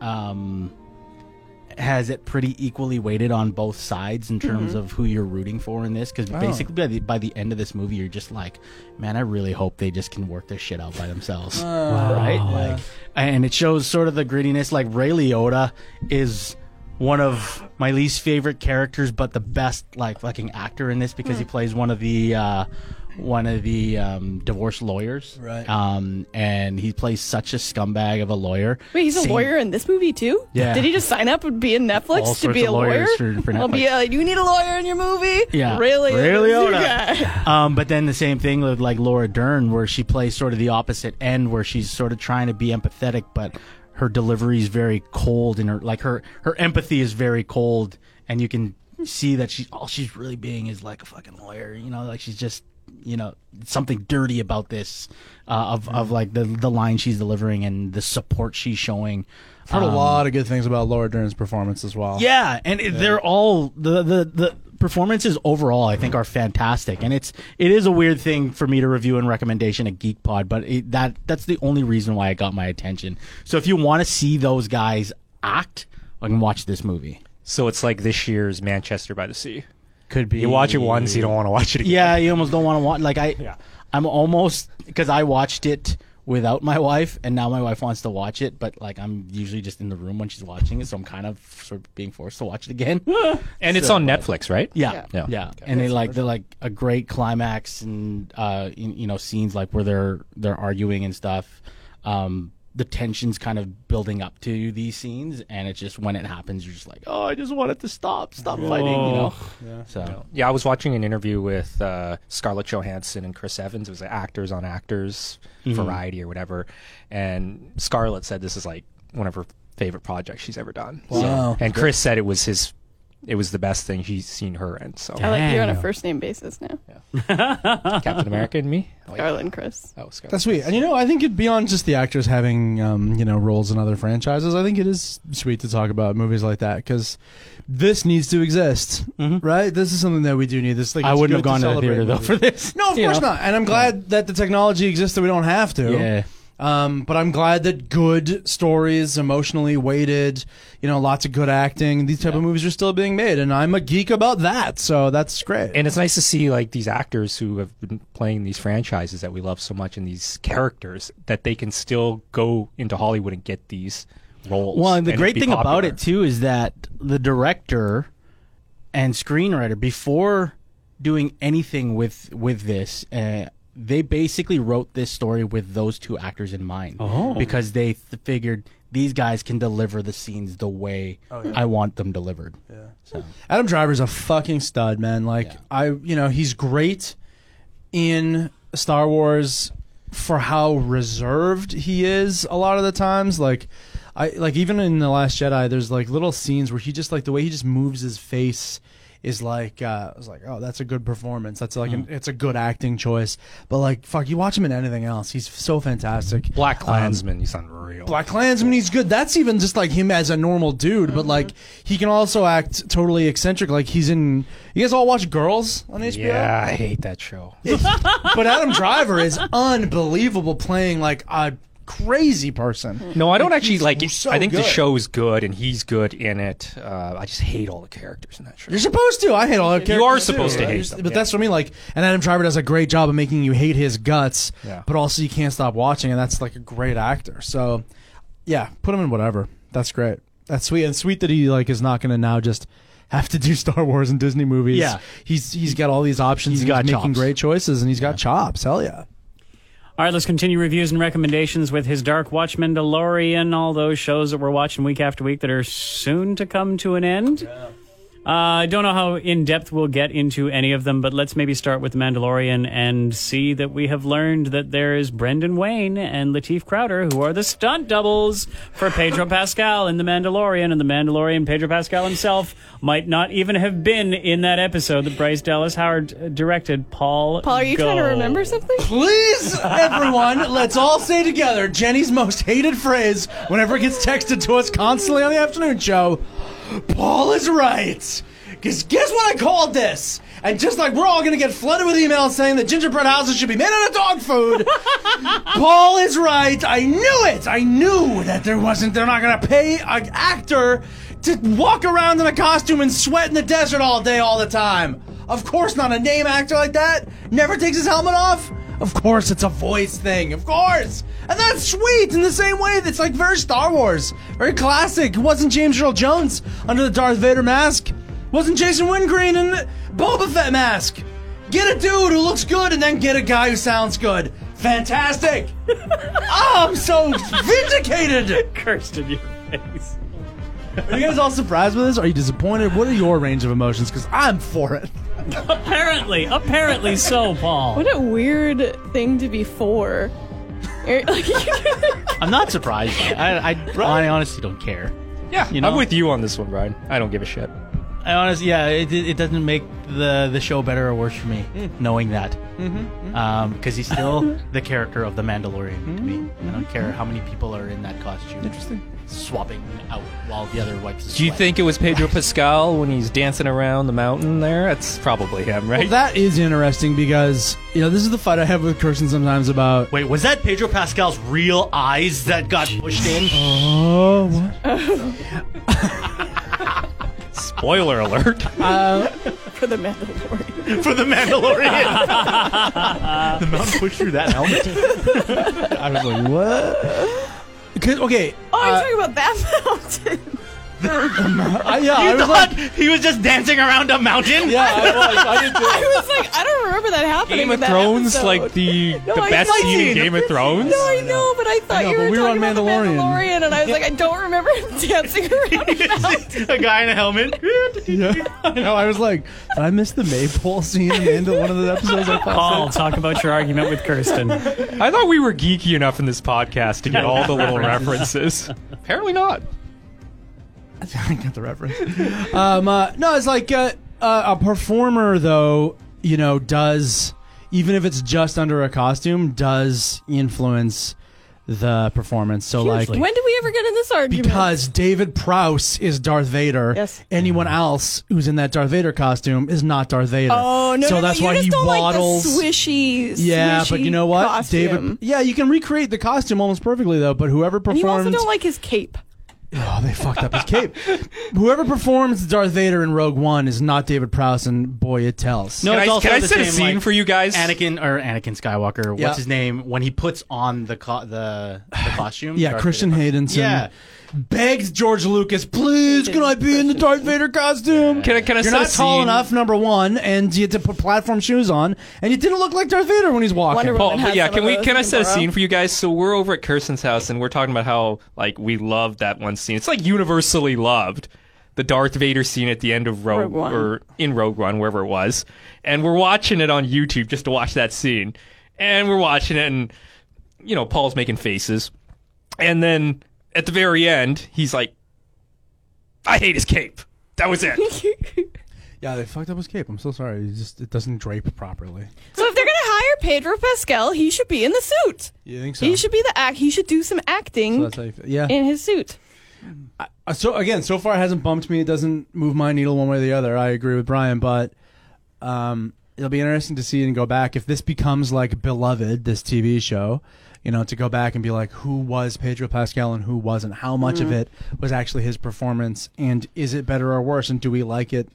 um, has it pretty equally weighted on both sides in terms
Mm-hmm.
of who you're rooting for in this.
Oh.
Because basically, by the, by the end of this movie, you're just like, man, I really hope they just can work this shit out by
<laughs>
themselves,
Oh.
uh,
right? Like, and it shows sort of the grittiness. Like Ray Liotta is one of my least favorite characters, but the best like fucking actor in this because he
Hmm.
plays one of the uh, one of the um, divorce lawyers,
Right.
Um, and he plays such a scumbag of a lawyer.
Wait, he's a
Same-
lawyer in this movie too?
Yeah.
Did he just sign up and be in Netflix
All
to
sorts
be
of
a lawyer?
lawyers for- for
I'll be
Netflix.
like, you need a lawyer in your movie?
Yeah.
Really?
Ray
<laughs> This
Liotta.
guy.
Um, but then the same thing with like Laura Dern, where she plays sort of the opposite end, where she's sort of trying to be empathetic, but her delivery is very cold, and her like her her empathy is very cold, and you can see that she all she's really being is like a fucking lawyer, you know, like she's just you know something dirty about this uh, of of like the the line she's delivering and the support she's showing.
I've heard a lot of good things about Laura Dern's performance as well.
Yeah, and it they're all the, the the performances overall I think are fantastic, and it's it is a weird thing for me to review and recommendation at Geek Pod, but it, that that's the only reason why it got my attention. So if you want to see those guys act, I can watch this movie.
So it's like this year's Manchester by the Sea.
Could be
You watch it once, you don't want to watch it again.
Yeah, you almost don't want to watch. Like I, I'm almost because I watched it without my wife, and now my wife wants to watch it, but like I'm usually just in the room when she's watching it, so I'm kind of sort of being forced to watch it again.
And it's on Netflix, right?
Yeah,
Yeah.
yeah,
Yeah.
and they like they're like a great climax and uh, in, you know scenes like where they're they're arguing and stuff. Um, the tension's kind of building up to these scenes, and it's just when it happens, you're just like, oh, I just want it to stop, stop fighting, you know. So
Oh. Yeah, I was watching an interview with uh, Scarlett Johansson and Chris Evans. It was an actors on actors
Mm-hmm.
variety or whatever. And Scarlett said this is like one of her favorite projects she's ever done.
Wow.
And Chris said it was his, it was the best thing he's seen her in. So
I like you're on a first name basis now.
<laughs>
Captain America and me. Oh, yeah.
Scarlett and Chris.
Oh, Scarlett.
That's sweet. And you know, I think it beyond just the actors having um, you know roles in other franchises, I think it is sweet to talk about movies like that because this needs to exist, right? This is something that we do need. This like
Mm-hmm. I
it's
wouldn't have
good
gone to the
celebrate
theater though
movies.
for this.
No,
<laughs>
of
You
course
know?
not. And I'm glad that the technology exists that we don't have to.
Yeah.
Um, but I'm glad that good stories, emotionally weighted, you know, lots of good acting, these type of movies are still being made, and I'm a geek about that, so that's great.
and it's nice to see like these actors who have been playing these franchises that we love so much and these characters that they can still go into Hollywood and get these roles.
Well, and the great
be
thing about
popular.
it too is that the director and screenwriter, before doing anything with with this, uh, they basically wrote this story with those two actors in mind. Oh, because they th- figured these guys can deliver the scenes the way I want them delivered.
Adam Driver's a fucking stud, man. Like I, you know, he's great in Star Wars for how reserved he is a lot of the times. Like I like even in the Last Jedi, there's like little scenes where he just like the way he just moves his face is like uh, I was like, oh, that's a good performance. That's like an,
Mm.
it's a good acting choice. But like, fuck, you watch him in anything else, he's so fantastic. Um,
Black Klansman, he's unreal.
Black Klansman, he's good. That's even just like him as a normal dude, but like he can also act totally eccentric. Like he's in. You guys all watch Girls on HBO?
yeah, I hate that show.
<laughs> But Adam Driver is unbelievable playing like a crazy person.
No, I don't actually like. it.
so
I think the
good.
show is good, and he's good in it. Uh, I just hate all the characters in that show.
You're supposed to. I hate all that.
You are supposed to hate them,
but
yeah.
that's what I mean. Like, and Adam Driver does a great job of making you hate his guts,
Yeah.
but also you can't stop watching, and that's like a great actor. So, yeah, put him in whatever. That's great. That's sweet, and sweet that he like is not going to now just have to do <laughs> Star Wars and Disney movies.
Yeah.
he's he's got all these options.
He's
and
got
he's making
chops.
great choices, and he's got chops. Hell yeah.
All right, let's continue reviews and recommendations with His Dark Watch Mandalorian, all those shows that we're watching week after week that are soon to come to an end. Uh, I don't know how in depth we'll get into any of them, but let's maybe start with The Mandalorian and see that we have learned that there is Brendan Wayne and Latif Crowder, who are the stunt doubles for Pedro Pascal in The Mandalorian, and The Mandalorian Pedro Pascal himself might not even have been in that episode that Bryce Dallas Howard uh, directed. Paul,
Paul, are you trying to
Gold.
remember something?
Please, everyone, let's all say together Jenny's most hated phrase whenever it gets texted to us constantly on the afternoon show Paul is right. Because guess what I called this? And just like we're all going to get flooded with emails saying that gingerbread houses should be made out of dog food, Paul is right. I knew it. I knew that there wasn't, they're not going to pay an actor to walk around in a costume and sweat in the desert all day, all the time. Of course not. A name actor like that never takes his helmet off. Of course, it's a voice thing. Of course. And that's sweet in the same way that's like very Star Wars, very classic. It wasn't James Earl Jones under the Darth Vader mask. Wasn't Jason Wingreen in the Boba Fett mask. Get a dude who looks good and then get a guy who sounds good.
<laughs>
Fantastic. oh, I'm so vindicated.
Cursed in your face.
Are you guys all surprised with this? Are you disappointed? What are your range of emotions? Because I'm for it.
Apparently, apparently so, Paul.
What a weird thing to be for. <laughs> You're- like,
I'm not surprised. by it. I, I, I honestly don't care.
yeah,
you know?
I'm with you on this one, Brian. I don't give a shit.
I honestly, yeah, it, it doesn't make the the show better or worse for me
Hmm.
knowing that, because
Mm-hmm,
he's
<laughs>
still the character of the Mandalorian to me.
Mm-hmm,
I don't care how many people are in that costume. Interesting. Swapping out while the other wipes. his
Do you
sweat.
think it was Pedro Pascal when he's dancing around the mountain there? That's probably him, right?
Well, that is interesting because you know this is the fight I have with Kirsten sometimes about.
Wait, was that Pedro Pascal's real eyes that got pushed in?
Oh, what?
<laughs>
Spoiler alert.
for the Mandalorian.
<laughs>
for the Mandalorian. the mountain pushed through that helmet.
I was like, what? 'Cause- okay,
Oh, you're talking about that mountain.
I, yeah, I
You
was
thought
like,
he was just dancing around a mountain?
yeah, I was. I didn't do it.
<laughs> I was like, I don't remember that happening.
Game
in
of
that
Thrones,
episode.
like the
No,
the
I
best
like
scene
it.
in Game of Thrones.
No, I know, but I thought
know,
you
but
were
we were
talking
on
about the
Mandalorian.
Mandalorian, and I was like, I don't remember him <laughs> dancing
<laughs>
around a mountain.
a guy in a helmet.
<laughs> Yeah, I know. I was like, did I miss the maypole scene in the end of one of the episodes? I thought.
Paul, talk about your argument with Kirsten.
I thought we were geeky enough in this podcast to get all the little references. Apparently not.
<laughs> I got the reference. um, uh, no, it's like uh, uh, a performer, though, you know, does, even if it's just under a costume, does influence the performance. So, like,
when did we ever get in this argument?
because David Prouse is Darth Vader,
Yes.
anyone else who's in that Darth Vader costume is not Darth Vader.
oh no,
so
no,
that's
no, you
why
just
he
don't
waddles.
Like the swishy,
yeah,
swishy
but you know what,
costume.
David? Yeah, you can recreate the costume almost perfectly though. But whoever
And
performs,
you also don't like his cape.
Oh, they fucked up his cape. Whoever performs Darth Vader in Rogue One is not David Prowse, and boy, it tells.
No,
Can
it's
I,
also
can I
the
set a
same,
scene
like,
for you guys?
Anakin or Anakin Skywalker.
Yeah.
What's his name when he puts on the co- the,
<sighs>
the costume?
yeah,
Darth
Christian
Vader.
Haydenson
Yeah.
begs George Lucas, please, can I be in the Darth Vader costume?
Can I- can I
You're
set a
not tall
scene?
enough, number one, and you had to put platform shoes on, and you didn't look like Darth Vader when he's walking.
Wonder Woman.
Paul,
Roman
but
has
yeah,
some
can
of
we
those
can I
in
set a
Burrow.
scene for you guys? So we're over at Kirsten's house and we're talking about how like we love that one scene. It's like universally loved. The Darth Vader scene at the end of Rogue,
Rogue One.
or in Rogue One, wherever it was. And we're watching it on YouTube just to watch that scene. And we're watching it and you know, Paul's making faces. And then at the very end, he's like I hate his cape. That
<laughs>
was it.
yeah, they fucked up his cape. I'm so sorry. It just it doesn't drape properly.
So if they're gonna hire Pedro Pascal, he should be in the suit.
You think so?
He should be the act. He should do some acting
That's how you feel. Yeah.
in his suit.
Uh, so again, so far it hasn't bumped me. It doesn't move my needle one way or the other. I agree with Brian, but um, it'll be interesting to see and go back if this becomes like beloved this TV show. You know, to go back and be like, who was Pedro Pascal and who wasn't? How much of
Mm-hmm.
it was actually his performance, and is it better or worse? And do we like it?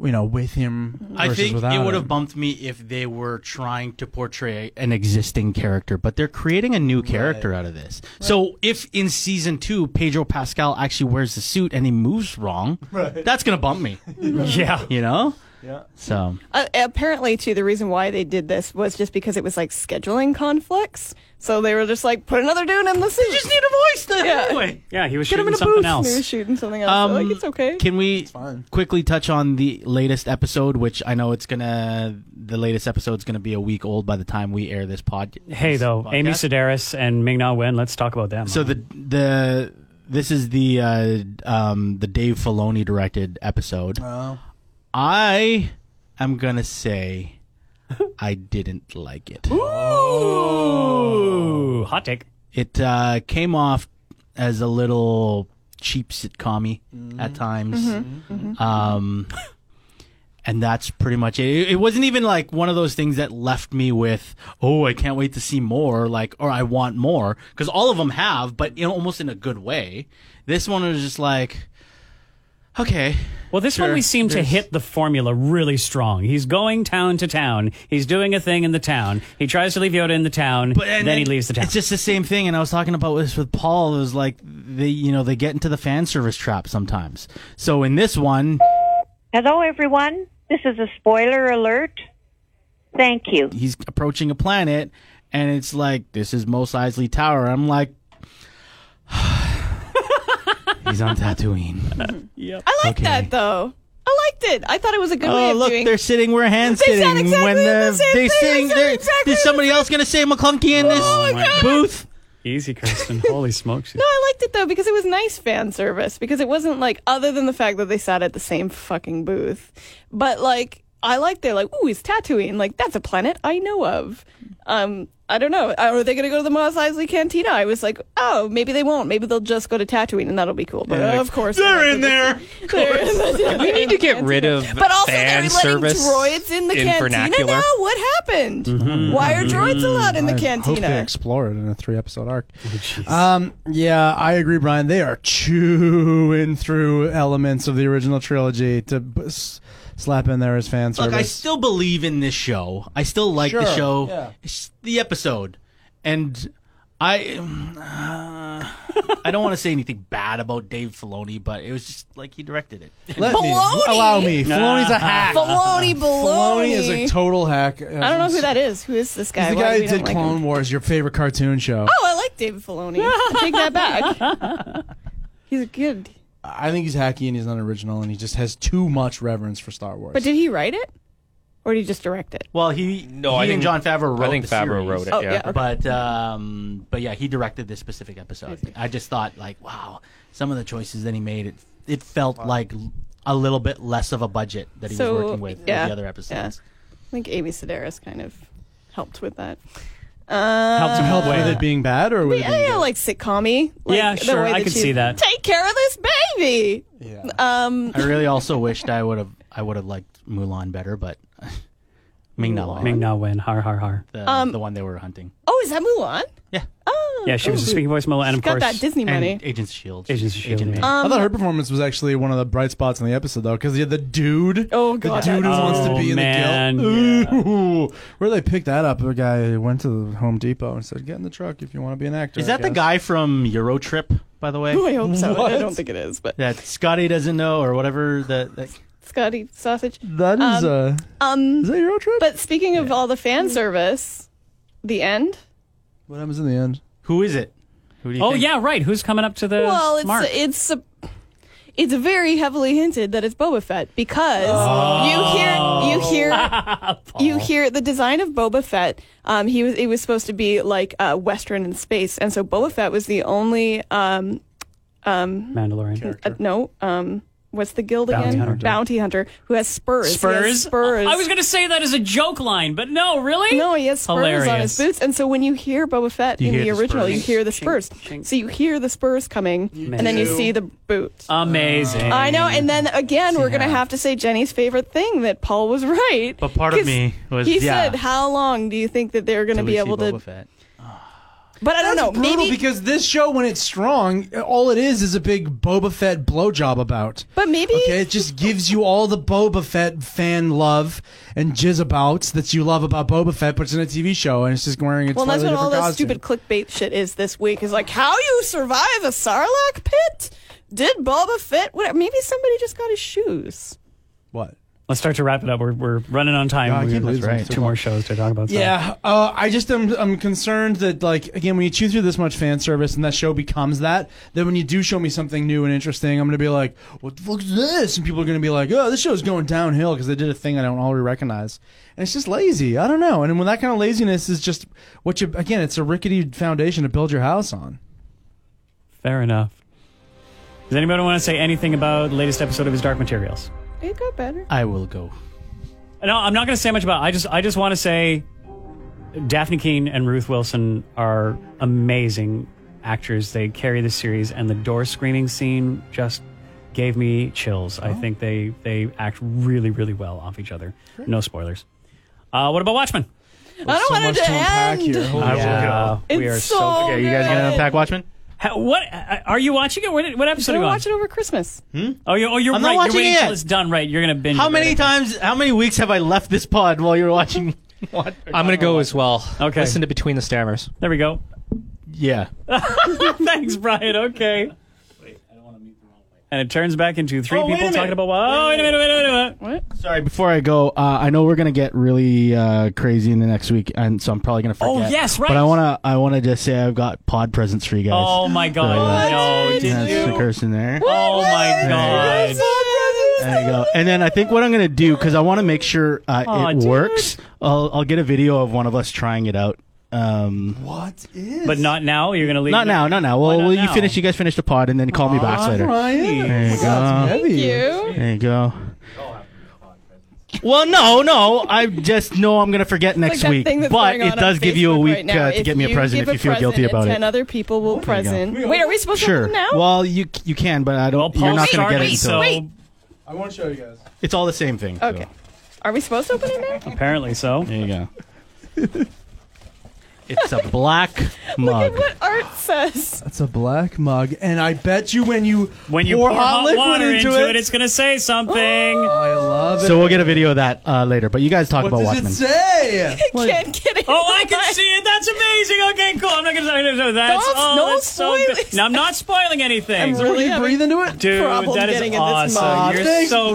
You know, with him versus
I think
without
it would
him?
have bumped me if they were trying to portray an existing character, but they're creating a new character out of this. So if in season two Pedro Pascal actually wears the suit and he moves wrong, that's gonna bump
<laughs>
me. yeah, you know. Yeah. So
Uh, apparently, too, the reason why they did this was just because it was like scheduling conflicts. So they were just like, put another dude in the suit. You just need a voice then. Yeah.
anyway,
Yeah, he was
Get him
shooting
in a
something
booth. They were
else.
shooting something else.
Um,
so, like, it's okay.
Can we quickly touch on the latest episode, which I know it's gonna the latest episode's gonna be a week old by the time we air this pod.
Hey,
this
though, Amy
podcast.
Sedaris and Ming Na Wen, let's talk about them.
So the the this is the uh, um, the Dave Filoni directed episode.
Oh.
I am gonna say I didn't like it.
Ooh, hot take.
It uh, came off as a little cheap sitcom at times.
Mm-hmm.
Um, and that's pretty much it. it. It wasn't even like one of those things that left me with, oh, I can't wait to see more, like, or I want more. Because all of them have, but in, almost in a good way. This one was just like, okay.
Well, this one we seem to hit the formula really strong. He's going town to town. He's doing a thing in the town. He tries to leave Yoda in the town,
But
then,
and
he leaves the town.
It's just the same thing. And I was talking about this with Paul. It was like they, you know, they get into the fan service trap sometimes. So in this one,
Hello, everyone. This is a spoiler alert. Thank you.
he's approaching a planet and it's like this is Mos Eisley Tower. I'm like <sighs> he's on <laughs> Tatooine.
I liked
okay.
that though. I liked it. I thought it was a good way
oh
of
look,
doing.
they're sitting where hands
They
sitting.
said exactly
when
the same
they
thing. They
sing,
said
they're-
exactly
Oh is somebody else gonna say McClunky in this
my God.
booth?
Easy, Kristen. Holy
<laughs>
smokes.
No, I liked it though because it was nice fan service because it wasn't like other than the fact that they sat at the same fucking booth, but like I liked they're like, ooh, it's Tatooine. Like that's a planet I know of. Um, I don't know. Are they gonna go to the Mos Eisley Cantina? I was like, oh, maybe they won't. Maybe they'll just go to Tatooine and that'll be cool. But uh, of course
They're in there.
<laughs> They're in the-
We <laughs> need to get rid of
But also,
fan
they're letting
service
droids in the
in
cantina
vernacular. Mm-hmm.
now. What happened? Why are droids allowed in the
Hope they
cantina?
explore it in a three-episode arc. um, yeah, I agree, Brian. They are chewing through elements of the original trilogy to b- s- slap in there as fan service.
Look, I still believe in this show. I still like the
Sure,
show.
yeah.
It's the episode, and I, uh, <sighs> I don't want to say anything bad about Dave Filoni, but it was just like he directed it.
Let
Baloney!
me allow me. Filoni's a hack.
Baloney, baloney.
Filoni is a total hack.
I don't know who that is. Who is this guy?
He's the
Why
guy
do
who
we
did
don't like
Clone
him?
Wars, your favorite cartoon show.
Oh, I like David
<laughs>
Filoni. I take that back. He's good.
I think he's hacky and he's not original, and he just has too much reverence for Star Wars.
But did he write it, or did he just direct it?
Well, he no,
I
he and
think-
John Favreau wrote.
I think
the
Favreau
series.
wrote it.
Oh,
yeah.
yeah, okay.
But um, but yeah, he directed this specific episode. I just thought like, wow, some of the choices that he made, it it felt like l- a little bit less of a budget that he
So,
was working with
yeah,
with the other episodes.
I think Amy Sedaris kind of helped with that. Uh,
helped him help with it being bad or with it
yeah,
being
yeah,
good?
like sitcom-y. Like
Yeah,
the
sure,
way
I could
she's,
see that.
Take care of this baby.
Yeah.
Um,
I really also wished I would have I would have liked Mulan better, but <laughs> Ming Na Wen,
Ming Na Wen, har har har.
the, the one they were hunting.
oh, is that Mulan?
Yeah,
Um, Oh,
Yeah, she was a speaking voice model, and of
got
course,
that Disney money. <laughs>
and Agents of Shield.
Agents of Shield,
E Agent
E yeah.
May.
Uh,
I
Um,
thought her performance was actually one of the bright spots in the episode, though, because the dude,
Oh, God.
the dude who
Oh,
wants to be in
man.
the guild. Ooh, where they pick that up? The guy went to the Home Depot and said, "Get in the truck if you want to be an actor."
Is
I
that the
guess."
guy from Eurotrip? By the way,
Oh, I hope so. I
What?
don't think it is, but
that Scotty doesn't know or whatever. That, that
Scotty sausage.
That is uh,
Um,
is that your trip?
but speaking of all the fan service, the end.
what happens in the end?
who is it? Who do you
Oh
think?
yeah, right. Who's coming up to the
Well, it's
mark?
it's a, it's very heavily hinted that it's Boba Fett because you hear
<laughs>
you hear you hear the design of Boba Fett. Um, he was it was supposed to be like uh, Western in space, and so Boba Fett was the only um,
Mandalorian.
uh, no um, what's the guild
Bounty
again?
hunter.
Bounty hunter who has spurs. He has spurs.
I was going to say that as a joke line, but no, really?
No, he has spurs on his
Hilarious.
boots, and so when you hear Boba Fett in
hear the
the original,
spurs.
you hear the spurs.
shink.
So you hear the spurs coming, and then you see the boot.
Amazing.
I know, and then again, we're gonna
Yeah.
have to say Jenny's favorite thing that Paul was right.
But part of
'Cause
me was
he
yeah.
said, "How long do you think that they're gonna
Till we
be
see
able to?"
Boba Fett.
But I don't know.
Brutal
Maybe,
because this show, when it's strong, all it is is a big Boba Fett blowjob about.
but maybe
Okay, it just gives you all the Boba Fett fan love and jizzabouts that you love about Boba Fett, but it's in a TV show and it's just wearing a
Well, that's
slightly
what all
different
that
costume.
stupid clickbait shit is this week. Is like how you survive a sarlacc pit? Did Boba Fett? What, maybe somebody just got his shoes.
what?
Let's start to wrap it up. We're, we're running on time.
I
we
can't believe
have
it's
two more shows to talk about. so-
Yeah, uh, I just am I'm concerned that like again when you chew through this much fan service and that show becomes that, then when you do show me something new and interesting, I'm gonna be like, what the fuck is this? And people are gonna be like, oh, this show's going downhill because they did a thing I don't already recognize, and it's just lazy. I don't know. And when that kind of laziness is just what you again, it's a rickety foundation to build your house on.
Fair enough. Does anybody want to say anything about the latest episode of his Dark Materials?
It got better.
I will go.
No, I'm not going to say much about. It. I just I just want to say, Daphne Keene and Ruth Wilson are amazing actors. They carry the series, and the door screaming scene just gave me chills.
Oh.
I think they they act really really well off each other. No spoilers. Uh, what about Watchmen?
I don't
so
want
much
it to
to unpack
end.
here. Holy
I will
Yeah.
go.
we
It's
are
so.
so.
good.
Okay, you guys gonna unpack Watchmen?
Ha- What uh, are you watching it? What, what episode
Should
are
we
you on?
watch it over Christmas?
Oh, you're, oh, you're
I'm not
right.
watching
you're waiting
it
till
yet.
it's done. Right, you're gonna binge.
How
it
many
right
times? How many weeks have I left this pod while you're watching? What?
I'm gonna go as well.
Okay.
Listen to Between the Stammers.
There we go.
<laughs> Yeah.
Thanks, Brian. Okay. Wait, I don't want to mute the wrong And it turns back into three
Oh, wait a
people talking
minute.
about. Oh, wait a minute, wait a minute, wait a minute.
Sorry. Before I go, uh, I know we're gonna get really uh, crazy in the next week, and so I'm probably gonna forget.
Oh, yes, right.
But I wanna, I wanna just say I've got pod presents for you guys.
Oh my God!
Right.
No,
And
did
that's the
you?
curse in there.
Oh my God!
There you go. And then I think what I'm gonna do because I want to make sure uh,
Aw,
it
dude.
works. I'll, I'll get a video of one of us trying it out.
Um,
What is?
But not now. You're going to leave.
not now, not now. Well,
not
well, you
now?
finish. You guys finish the pod, and then call me back later. There you go.
Thank you.
There you go. Well, no, no. I just know I'm gonna forget next
like
week,
that thing that's
but
going on
it does
on
give you a
Facebook
week
right now.
uh, to
If
get me a
you
present
give
if you feel guilty
present and
about it.
Ten other people will present. Wait, are we supposed to
Sure.
open now?
Well, you you can, but I
Well,
don't.
Paul
you're not gonna
started,
get it until
so
Wait.
I won't show you guys.
it's all the same thing. so.
okay. Are we supposed to open it now?
apparently so.
There you go. it's a black
Look
mug.
at what Art
<laughs>
says.
That's a black mug, and I bet you when you
When you pour, hot, water into it, it's going to say something.
I love it.
So we'll get a video of that uh, later. But you guys talk
what
about
does
Watchmen.
it say?
Can't get it.
Oh, I can see it. That's amazing. Okay, cool. I'm not going to say that's
Don't-
oh,
don't
that's so
spoil
good.
it.
Now I'm not spoiling anything.
I'm <laughs> really
Can you
having-
breathe into it?
Dude,
problem
that is
getting in this
awesome.
mug.
You're
Thanks,
so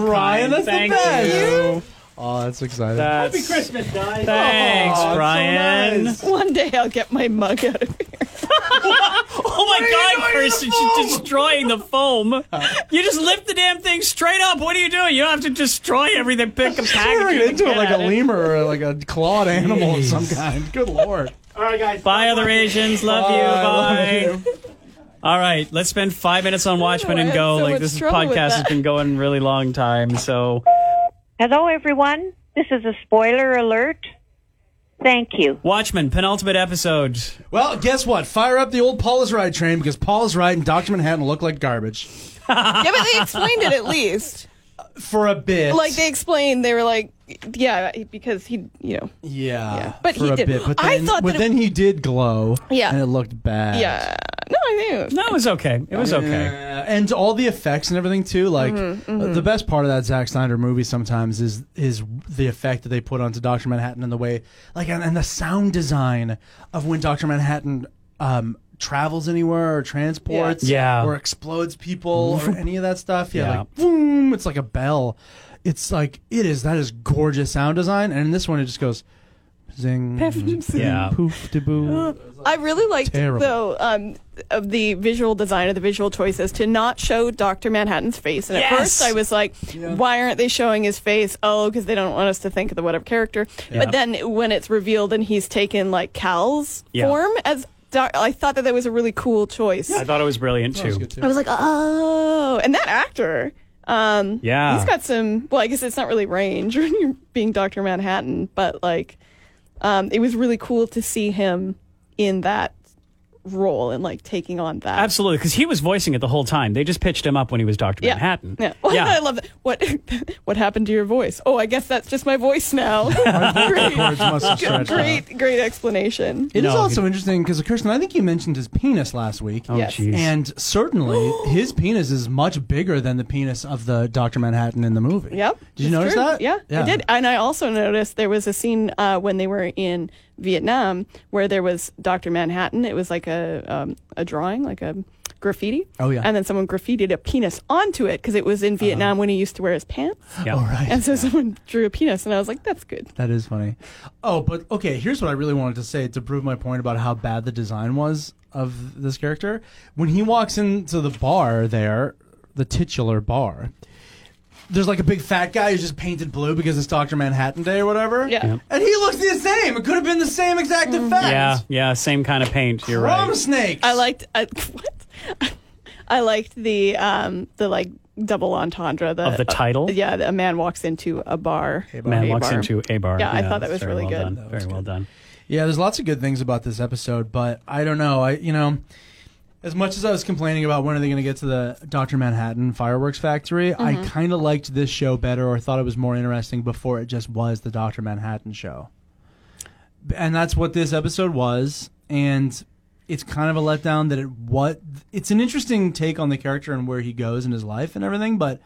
Brian.
Brian. That's the
Thank
best.
you.
Oh, that's exciting.
That's, Happy Christmas, guys. Thanks, Brian.
<laughs> One day I'll get my mug out of here.
Oh my God, Kirsten, she's destroying the foam.
<laughs>
you just lift the damn thing straight up. What are you doing? You don't have to destroy everything. Pick a
Tearing
package.
it into it
Get
like
at
a lemur or like a clawed animal of some kind. Good lord.
Bye, other Asians. Love you.
I love
Bye.
you.
All right, let's spend five minutes on Watchmen
I
and
had
go.
so
like
much
this
trouble with
podcast has
that.
been going really long time. So
Hello, everyone. This is a spoiler alert. Thank you.
Watchmen penultimate episode.
Well, guess what? Fire up the old Paul is right train because Paul is right and Dr. Manhattan look like garbage.
Yeah, but they explained it at least.
For a bit.
<laughs> Like they explained, they were like, yeah, because he, you know,
Yeah.
Yeah, but
for
he
a
did-
bit. But then,
I thought
but
that it-
then he did glow.
Yeah.
And it looked bad.
yeah, no, I knew.
No, it was okay. It was okay.
Yeah, Uh, and all the effects and everything too. Like
Mm-hmm,
uh, the best part of that Zack Snyder movie sometimes is is the effect that they put onto Doctor Manhattan and the way, like, and, and the sound design of when Doctor Manhattan um, travels anywhere or transports,
Yeah. Yeah.
or explodes people
<laughs>
or any of that stuff. Yeah,
Yeah.
like boom, it's like a bell. It's like it is that is gorgeous sound design, and in this one it just goes zing,
Yeah.
poof de boo.
I really liked
Terrible.
though um, of the visual design of the visual choices to not show Doctor Manhattan's face. And
Yes!
at first, I was like, "Why aren't they showing his face?" Oh, because they don't want us to think of the whatever character. But then when it's revealed and he's taken like Cal's
Yeah.
form as. Doc- I thought that that was a really cool choice.
I thought it was brilliant too.
I was like, oh, and that actor. Um,
Yeah.
he's got some. Well, I guess it's not really range <laughs> when you're being Doctor Manhattan, but like, um, it was really cool to see him in that role and like taking on that.
Absolutely, because he was voicing it the whole time. They just pitched him up when he was Doctor
Yeah.
Manhattan.
Yeah. <laughs> Well, I love that. What <laughs> What happened to your voice? Oh, I guess that's just my
<laughs>
voice now.
Cords must have
<laughs> great,
stretched out.
great, great explanation.
It is
No.
also interesting because Kirsten, I think you mentioned his penis last week.
Yes.
jeez.
And
<gasps>
certainly, his penis is much bigger than the penis of the Doctor Manhattan in the movie.
Yep.
Did you
it's
notice
true.
that?
Yeah, I did. And I also noticed there was a scene uh, when they were in Vietnam where there was Dr. Manhattan. It was like a um, a drawing, like a graffiti.
Oh, yeah. Uh-huh.
And then someone graffitied a penis onto it because it was in Vietnam when he used to wear his pants.
Yeah.
All right.
And so someone drew a penis, and I was like, that's good.
That is funny. Oh, but okay, here's what I really wanted to say to prove my point about how bad the design was of this character. When he walks into the bar there, the titular bar, there's like a big fat guy who's just painted blue because it's Dr. Manhattan Day or whatever.
Yeah. Yeah.
And he looks the same. It could have been the same exact effect.
yeah, yeah, same kind of paint. You're
Rum
right.
snakes.
I liked I, <laughs> what? I liked the um the like double entendre the,
Of the title?
yeah, a man walks into a bar. A
Man walks
bar.
into a bar.
Yeah, I thought that
that's
was
very
really
well
good.
done. Very well done.
Yeah, there's lots of good things about this episode, but I don't know. I you know, as much as I was complaining about when are they going to get to the Doctor Manhattan fireworks factory,
Mm-hmm.
I kind of liked this show better, or thought it was more interesting before it just was the Doctor Manhattan show. B- And that's what this episode was, and it's kind of a letdown that it what it's an interesting take on the character and where he goes in his life and everything, but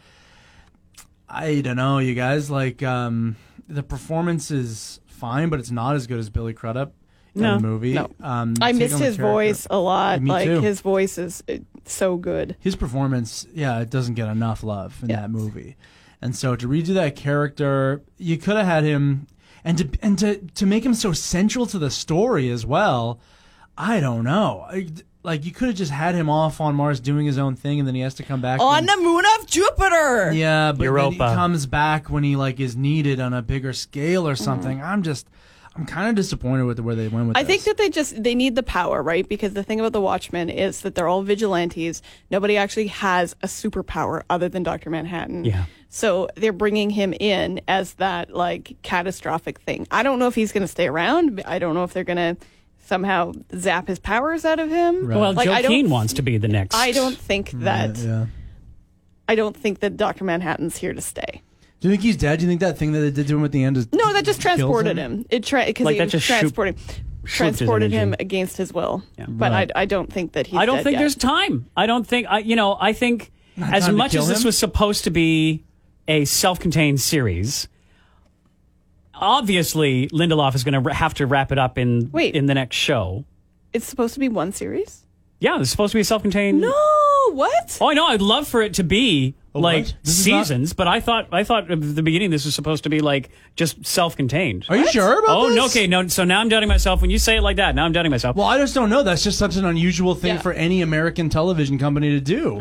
I don't know, you guys. Like, um, the performance is fine, but it's not as good as Billy Crudup in
No.
the movie.
No.
Um,
I
take on
missed
the
his
character.
voice a lot.
Yeah, me
like
too.
his voice is uh, so good.
His performance, yeah, it doesn't get enough love in
Yeah.
that movie. And so to redo that character, you could have had him, and to and to to make him so central to the story as well. I don't know. I, like you could have just had him off on Mars doing his own thing, and then he has to come back
On
and-
the moon of Jupiter.
Yeah, but then he
Europa.
comes back when he like is needed on a bigger scale or something. I'm just I'm kind of disappointed with where they went with.
Mm-hmm. I think
this.
that they just they need the power, right? Because the thing about the Watchmen is that they're all vigilantes. Nobody actually has a superpower other than Doctor Manhattan.
Yeah.
So they're bringing him in as that like catastrophic thing. I don't know if he's going to stay around. I don't know if they're going to somehow zap his powers out of him.
Well,
Like, I
Joe
don't-
Keane wants to be the next.
I don't think that
Mm, yeah.
I don't think that Doctor Manhattan's here to stay.
Do you think he's dead? Do you think that thing that they did to him at the end is
No, that just
kills
transported him. It tra- because
Like,
he
that just shoop-
transported transported him against his will. But
Right.
I, I don't think that he.
I don't think there's time. I don't think I. You know, I think as
time to
much
kill
as this
him?
was supposed to be a self-contained series, obviously Lindelof is going to have to wrap it up in
Wait.
in the next show.
It's supposed to be one series.
Yeah, it's supposed to be a self-contained.
No, what?
Oh, I know. I'd love for it to be like
what? This is not-
seasons, but I thought I thought at the beginning this was supposed to be like just self-contained.
Are you sure about
Oh
this?
no! Okay, no. So now I'm doubting myself. When you say it like that, now I'm doubting myself.
Well, I just don't know. That's just such an unusual thing
Yeah. Uh,
for any American television company to do.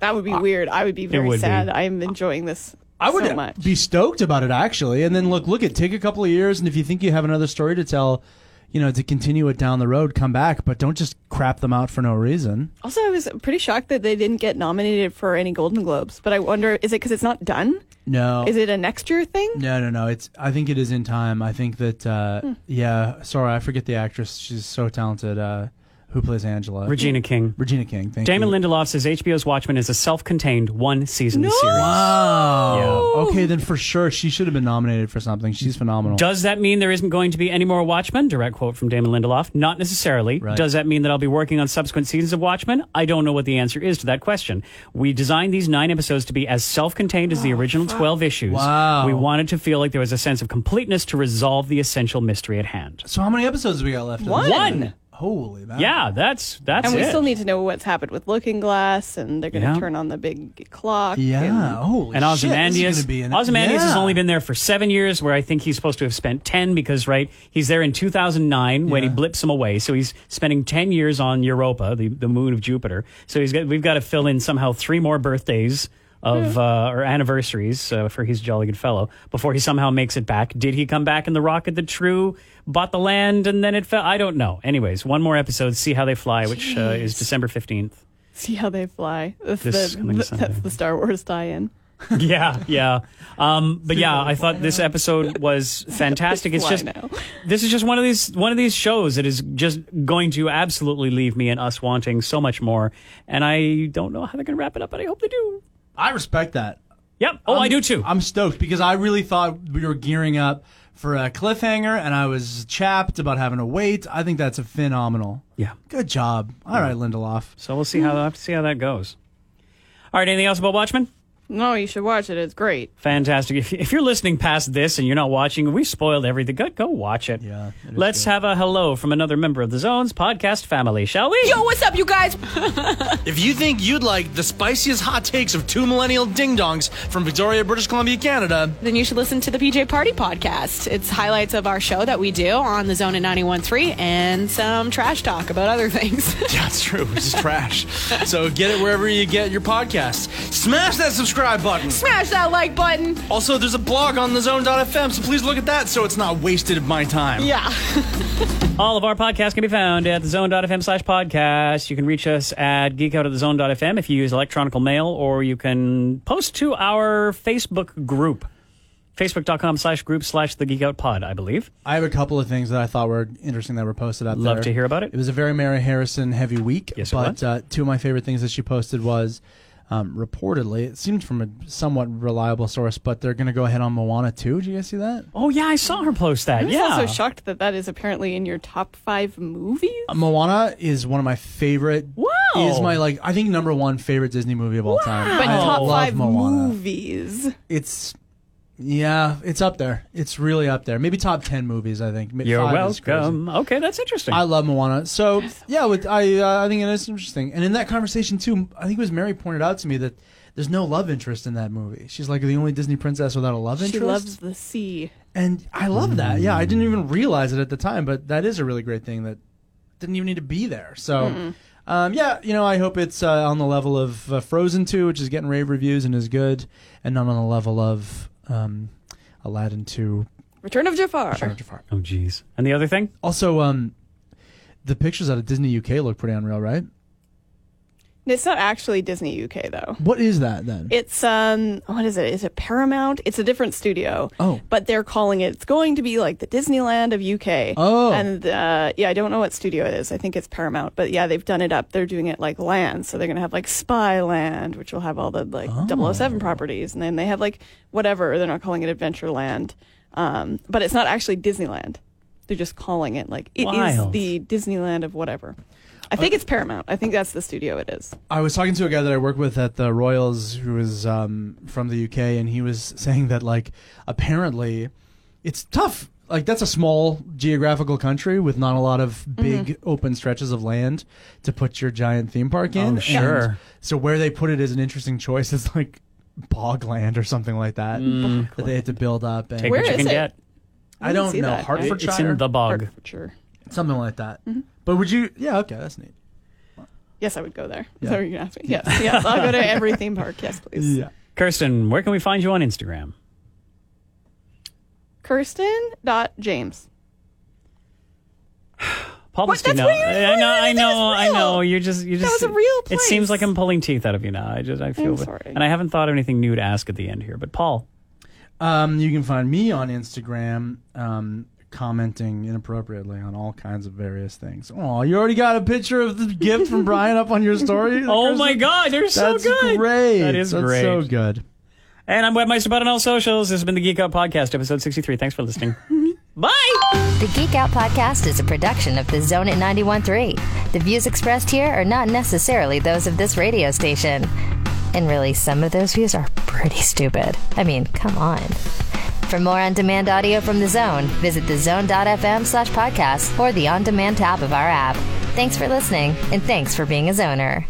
That would be weird. I would be very
would be.
sad. I'm enjoying this
I would
so much.
be stoked about it actually. And then look, look at take a couple of years, and if you think you have another story to tell, you know, to continue it down the road, come back, but don't just crap them out for no reason.
also, I was pretty shocked that they didn't get nominated for any Golden Globes. But I wonder, is it because it's not done?
No,
Is it a next year thing?
No, no, no. It's. I think it is in time. I think that. Uh,
Hmm.
Yeah. Sorry, I forget the actress. She's so talented. Uh, who plays Angela?
Regina King.
Regina King. Thank
Damon
you.
Lindelof says HBO's Watchmen is a self-contained one-season
No!
series.
Wow. Oh. Okay, then for sure she should have been nominated for something. She's phenomenal.
Does that mean there isn't going to be any more Watchmen? Direct quote from Damon Lindelof. Not necessarily.
Right.
Does that mean that I'll be working on subsequent seasons of Watchmen? I don't know what the answer is to that question. We designed these nine episodes to be as self contained as the original 12 issues.
Oh, Wow.
We wanted to feel like there was a sense of completeness to resolve the essential mystery at hand.
so how many episodes have we got left? of
One.
this?
One.
Holy. That.
Yeah, that's that's
And we
it.
still need to know what's happened with Looking Glass, and they're going to
Yeah.
turn on the big clock.
Yeah.
and-
Holy.
and
shit, this
Ozymandias,
is gonna be an-
Ozymandias has
Yeah.
only been there for seven years, where I think he's supposed to have spent ten because right, he's there in 2009 when he blips him away, so he's spending ten years on Europa, the, the moon of Jupiter. So he's got we've got to fill in somehow three more birthdays of uh, or anniversaries uh, for he's a jolly good fellow before he somehow makes it back. Did he come back in the rocket that true bought the land and then it fell? I don't know. Anyways, one more episode, see how they fly, which uh, is December 15th.
See how they fly. That's,
This is
the,
coming
th-
Sunday.
that's the Star Wars tie-in.
yeah, yeah. Um, but yeah, I thought this episode was fantastic. It's
Why
just
now?
this is just one of these one of these shows that is just going to absolutely leave me and us wanting so much more. And I don't know how they're going to wrap it up, but I hope they do.
I respect that.
Yep. Oh, i
I'm-
do too.
Um, I'm stoked because I really thought we were gearing up for a cliffhanger, and I was chapped about having to wait. I think that's a phenomenal.
yeah.
Good job. All right, Lindelof.
So we'll see how I have to see how that goes. All right. Anything else about Watchmen?
No, you should watch it. It's great.
Fantastic. If, if you're listening past this and you're not watching, we spoiled everything. Go, go watch it.
Yeah, it is
Let's have a hello from another member of the Zones podcast family, shall we?
Yo, what's up, you guys?
If you think you'd like the spiciest hot takes of two millennial ding dongs from Victoria, British Columbia, Canada, <laughs>
Then you should listen to the PJ Party podcast. It's highlights of our show that we do on the Zone at 91.3 and some trash talk about other things. <laughs>
yeah, it's true. It's just trash. So get it wherever you get your podcasts. Smash that subscribe button.
Smash that like button.
Also, there's a blog on thezone.fm, so please look at that so it's not wasted of my time.
Yeah.
All of our podcasts can be found at thezone.fm slash podcast. You can reach us at geekout at thezone.fm if you use electronic mail, or you can post to our Facebook group, facebook.com slash group slash the geekout pod, I believe.
I have a couple of things that I thought were interesting that were posted up there.
Love to hear about it.
It was a very Mary Harrison heavy week.
Yes, it
but
was.
Uh, two of my favorite things that she posted was um, reportedly it seemed from a somewhat reliable source, but they're going to go ahead on Moana too. Did you guys see that?
Oh, yeah, I saw her post that.
I'm
yeah.
also shocked that that is apparently in your top five movies.
Um, Moana is one of my favorite.
Wow.
Is my like I think number one favorite Disney movie of all time.
but
I
top
love
five
Moana.
movies.
It's yeah, it's up there. It's really up there. Maybe top ten movies. I think. Ma-
You're
five is crazy.
welcome. Okay, that's interesting.
I love Moana. So yeah, with, I uh, I think it is interesting. And in that conversation too, I think it was Mary pointed out to me that there's no love interest in that movie. She's like the only Disney princess without a love
She
interest.
loves the sea.
and I love that. Yeah, I didn't even realize it at the time, but that is a really great thing that didn't even need to be there. So. Um, yeah, you know, I hope it's uh, on the level of uh, Frozen 2, which is getting rave reviews and is good, and not on the level of um, Aladdin 2
Return of Jafar.
Oh, jeez. And the other thing?
Also, um, the pictures out of Disney UK look pretty unreal, right?
It's not actually Disney UK though.
What is that then?
It's um what is it? Is it Paramount? It's a different studio.
Oh.
But they're calling it it's going to be like the Disneyland of UK.
Oh.
And uh yeah, I don't know what studio it is. I think it's Paramount. But yeah, they've done it up. They're doing it like land. So they're gonna have like Spy Land, which will have all the like
Oh.
007 properties, and then they have like whatever, they're not calling it Adventureland. Um but it's not actually Disneyland. They're just calling it like it is
Wild. Uh,
the Disneyland of whatever. I think it's Paramount. I think that's the studio it is.
I was talking to a guy that I work with at the Royals who was um, from the UK, and he was saying that, like, apparently it's tough. Like, that's a small geographical country with not a lot of big open stretches of land to put your giant theme park in.
Oh,
And
sure.
so, where they put it is an interesting choice. It's like bog land or something like that
Mm.
that they had to build up. And
Take what you can get.
I don't know. Hertfordshire?
It's in the bog.
Hertfordshire.
Something like that. But would you? Yeah, okay, that's neat.
Yes, I would go there.
Yeah.
So you're gonna ask me. Yes, yes, I'll go to every theme
<laughs>
park. Yes, please.
Kirsten, where can we find you on Instagram?
Kirsten dot James.
Paul
What?
must be
That's
no-
where you were
I know, I know, I
real.
know. You're just, you
That
just.
was a real
It seems like I'm pulling teeth out of you now. I just, I feel.
I'm
bad.
sorry.
And I haven't thought of anything new to ask at the end here. But Paul,
Um, you can find me on Instagram, um, commenting inappropriately on all kinds of various things. Oh, you already got a picture of the gift
<laughs>
from Brian up on your story.
Oh my God, they're so
That's
good.
Great.
That is
That's
great.
So good.
and I'm Webmeister Bud on all socials. This has been the Geek Out Podcast, episode 63. Thanks for
<laughs>
listening. Bye.
The Geek Out Podcast is a production of the Zone at 91.3. The views expressed here are not necessarily those of this radio station. And really, some of those views are pretty stupid. I mean, come on. For more on demand audio from The Zone, visit thezone.fm slash podcast or the on demand tab of our app. Thanks for listening, and thanks for being a zoner.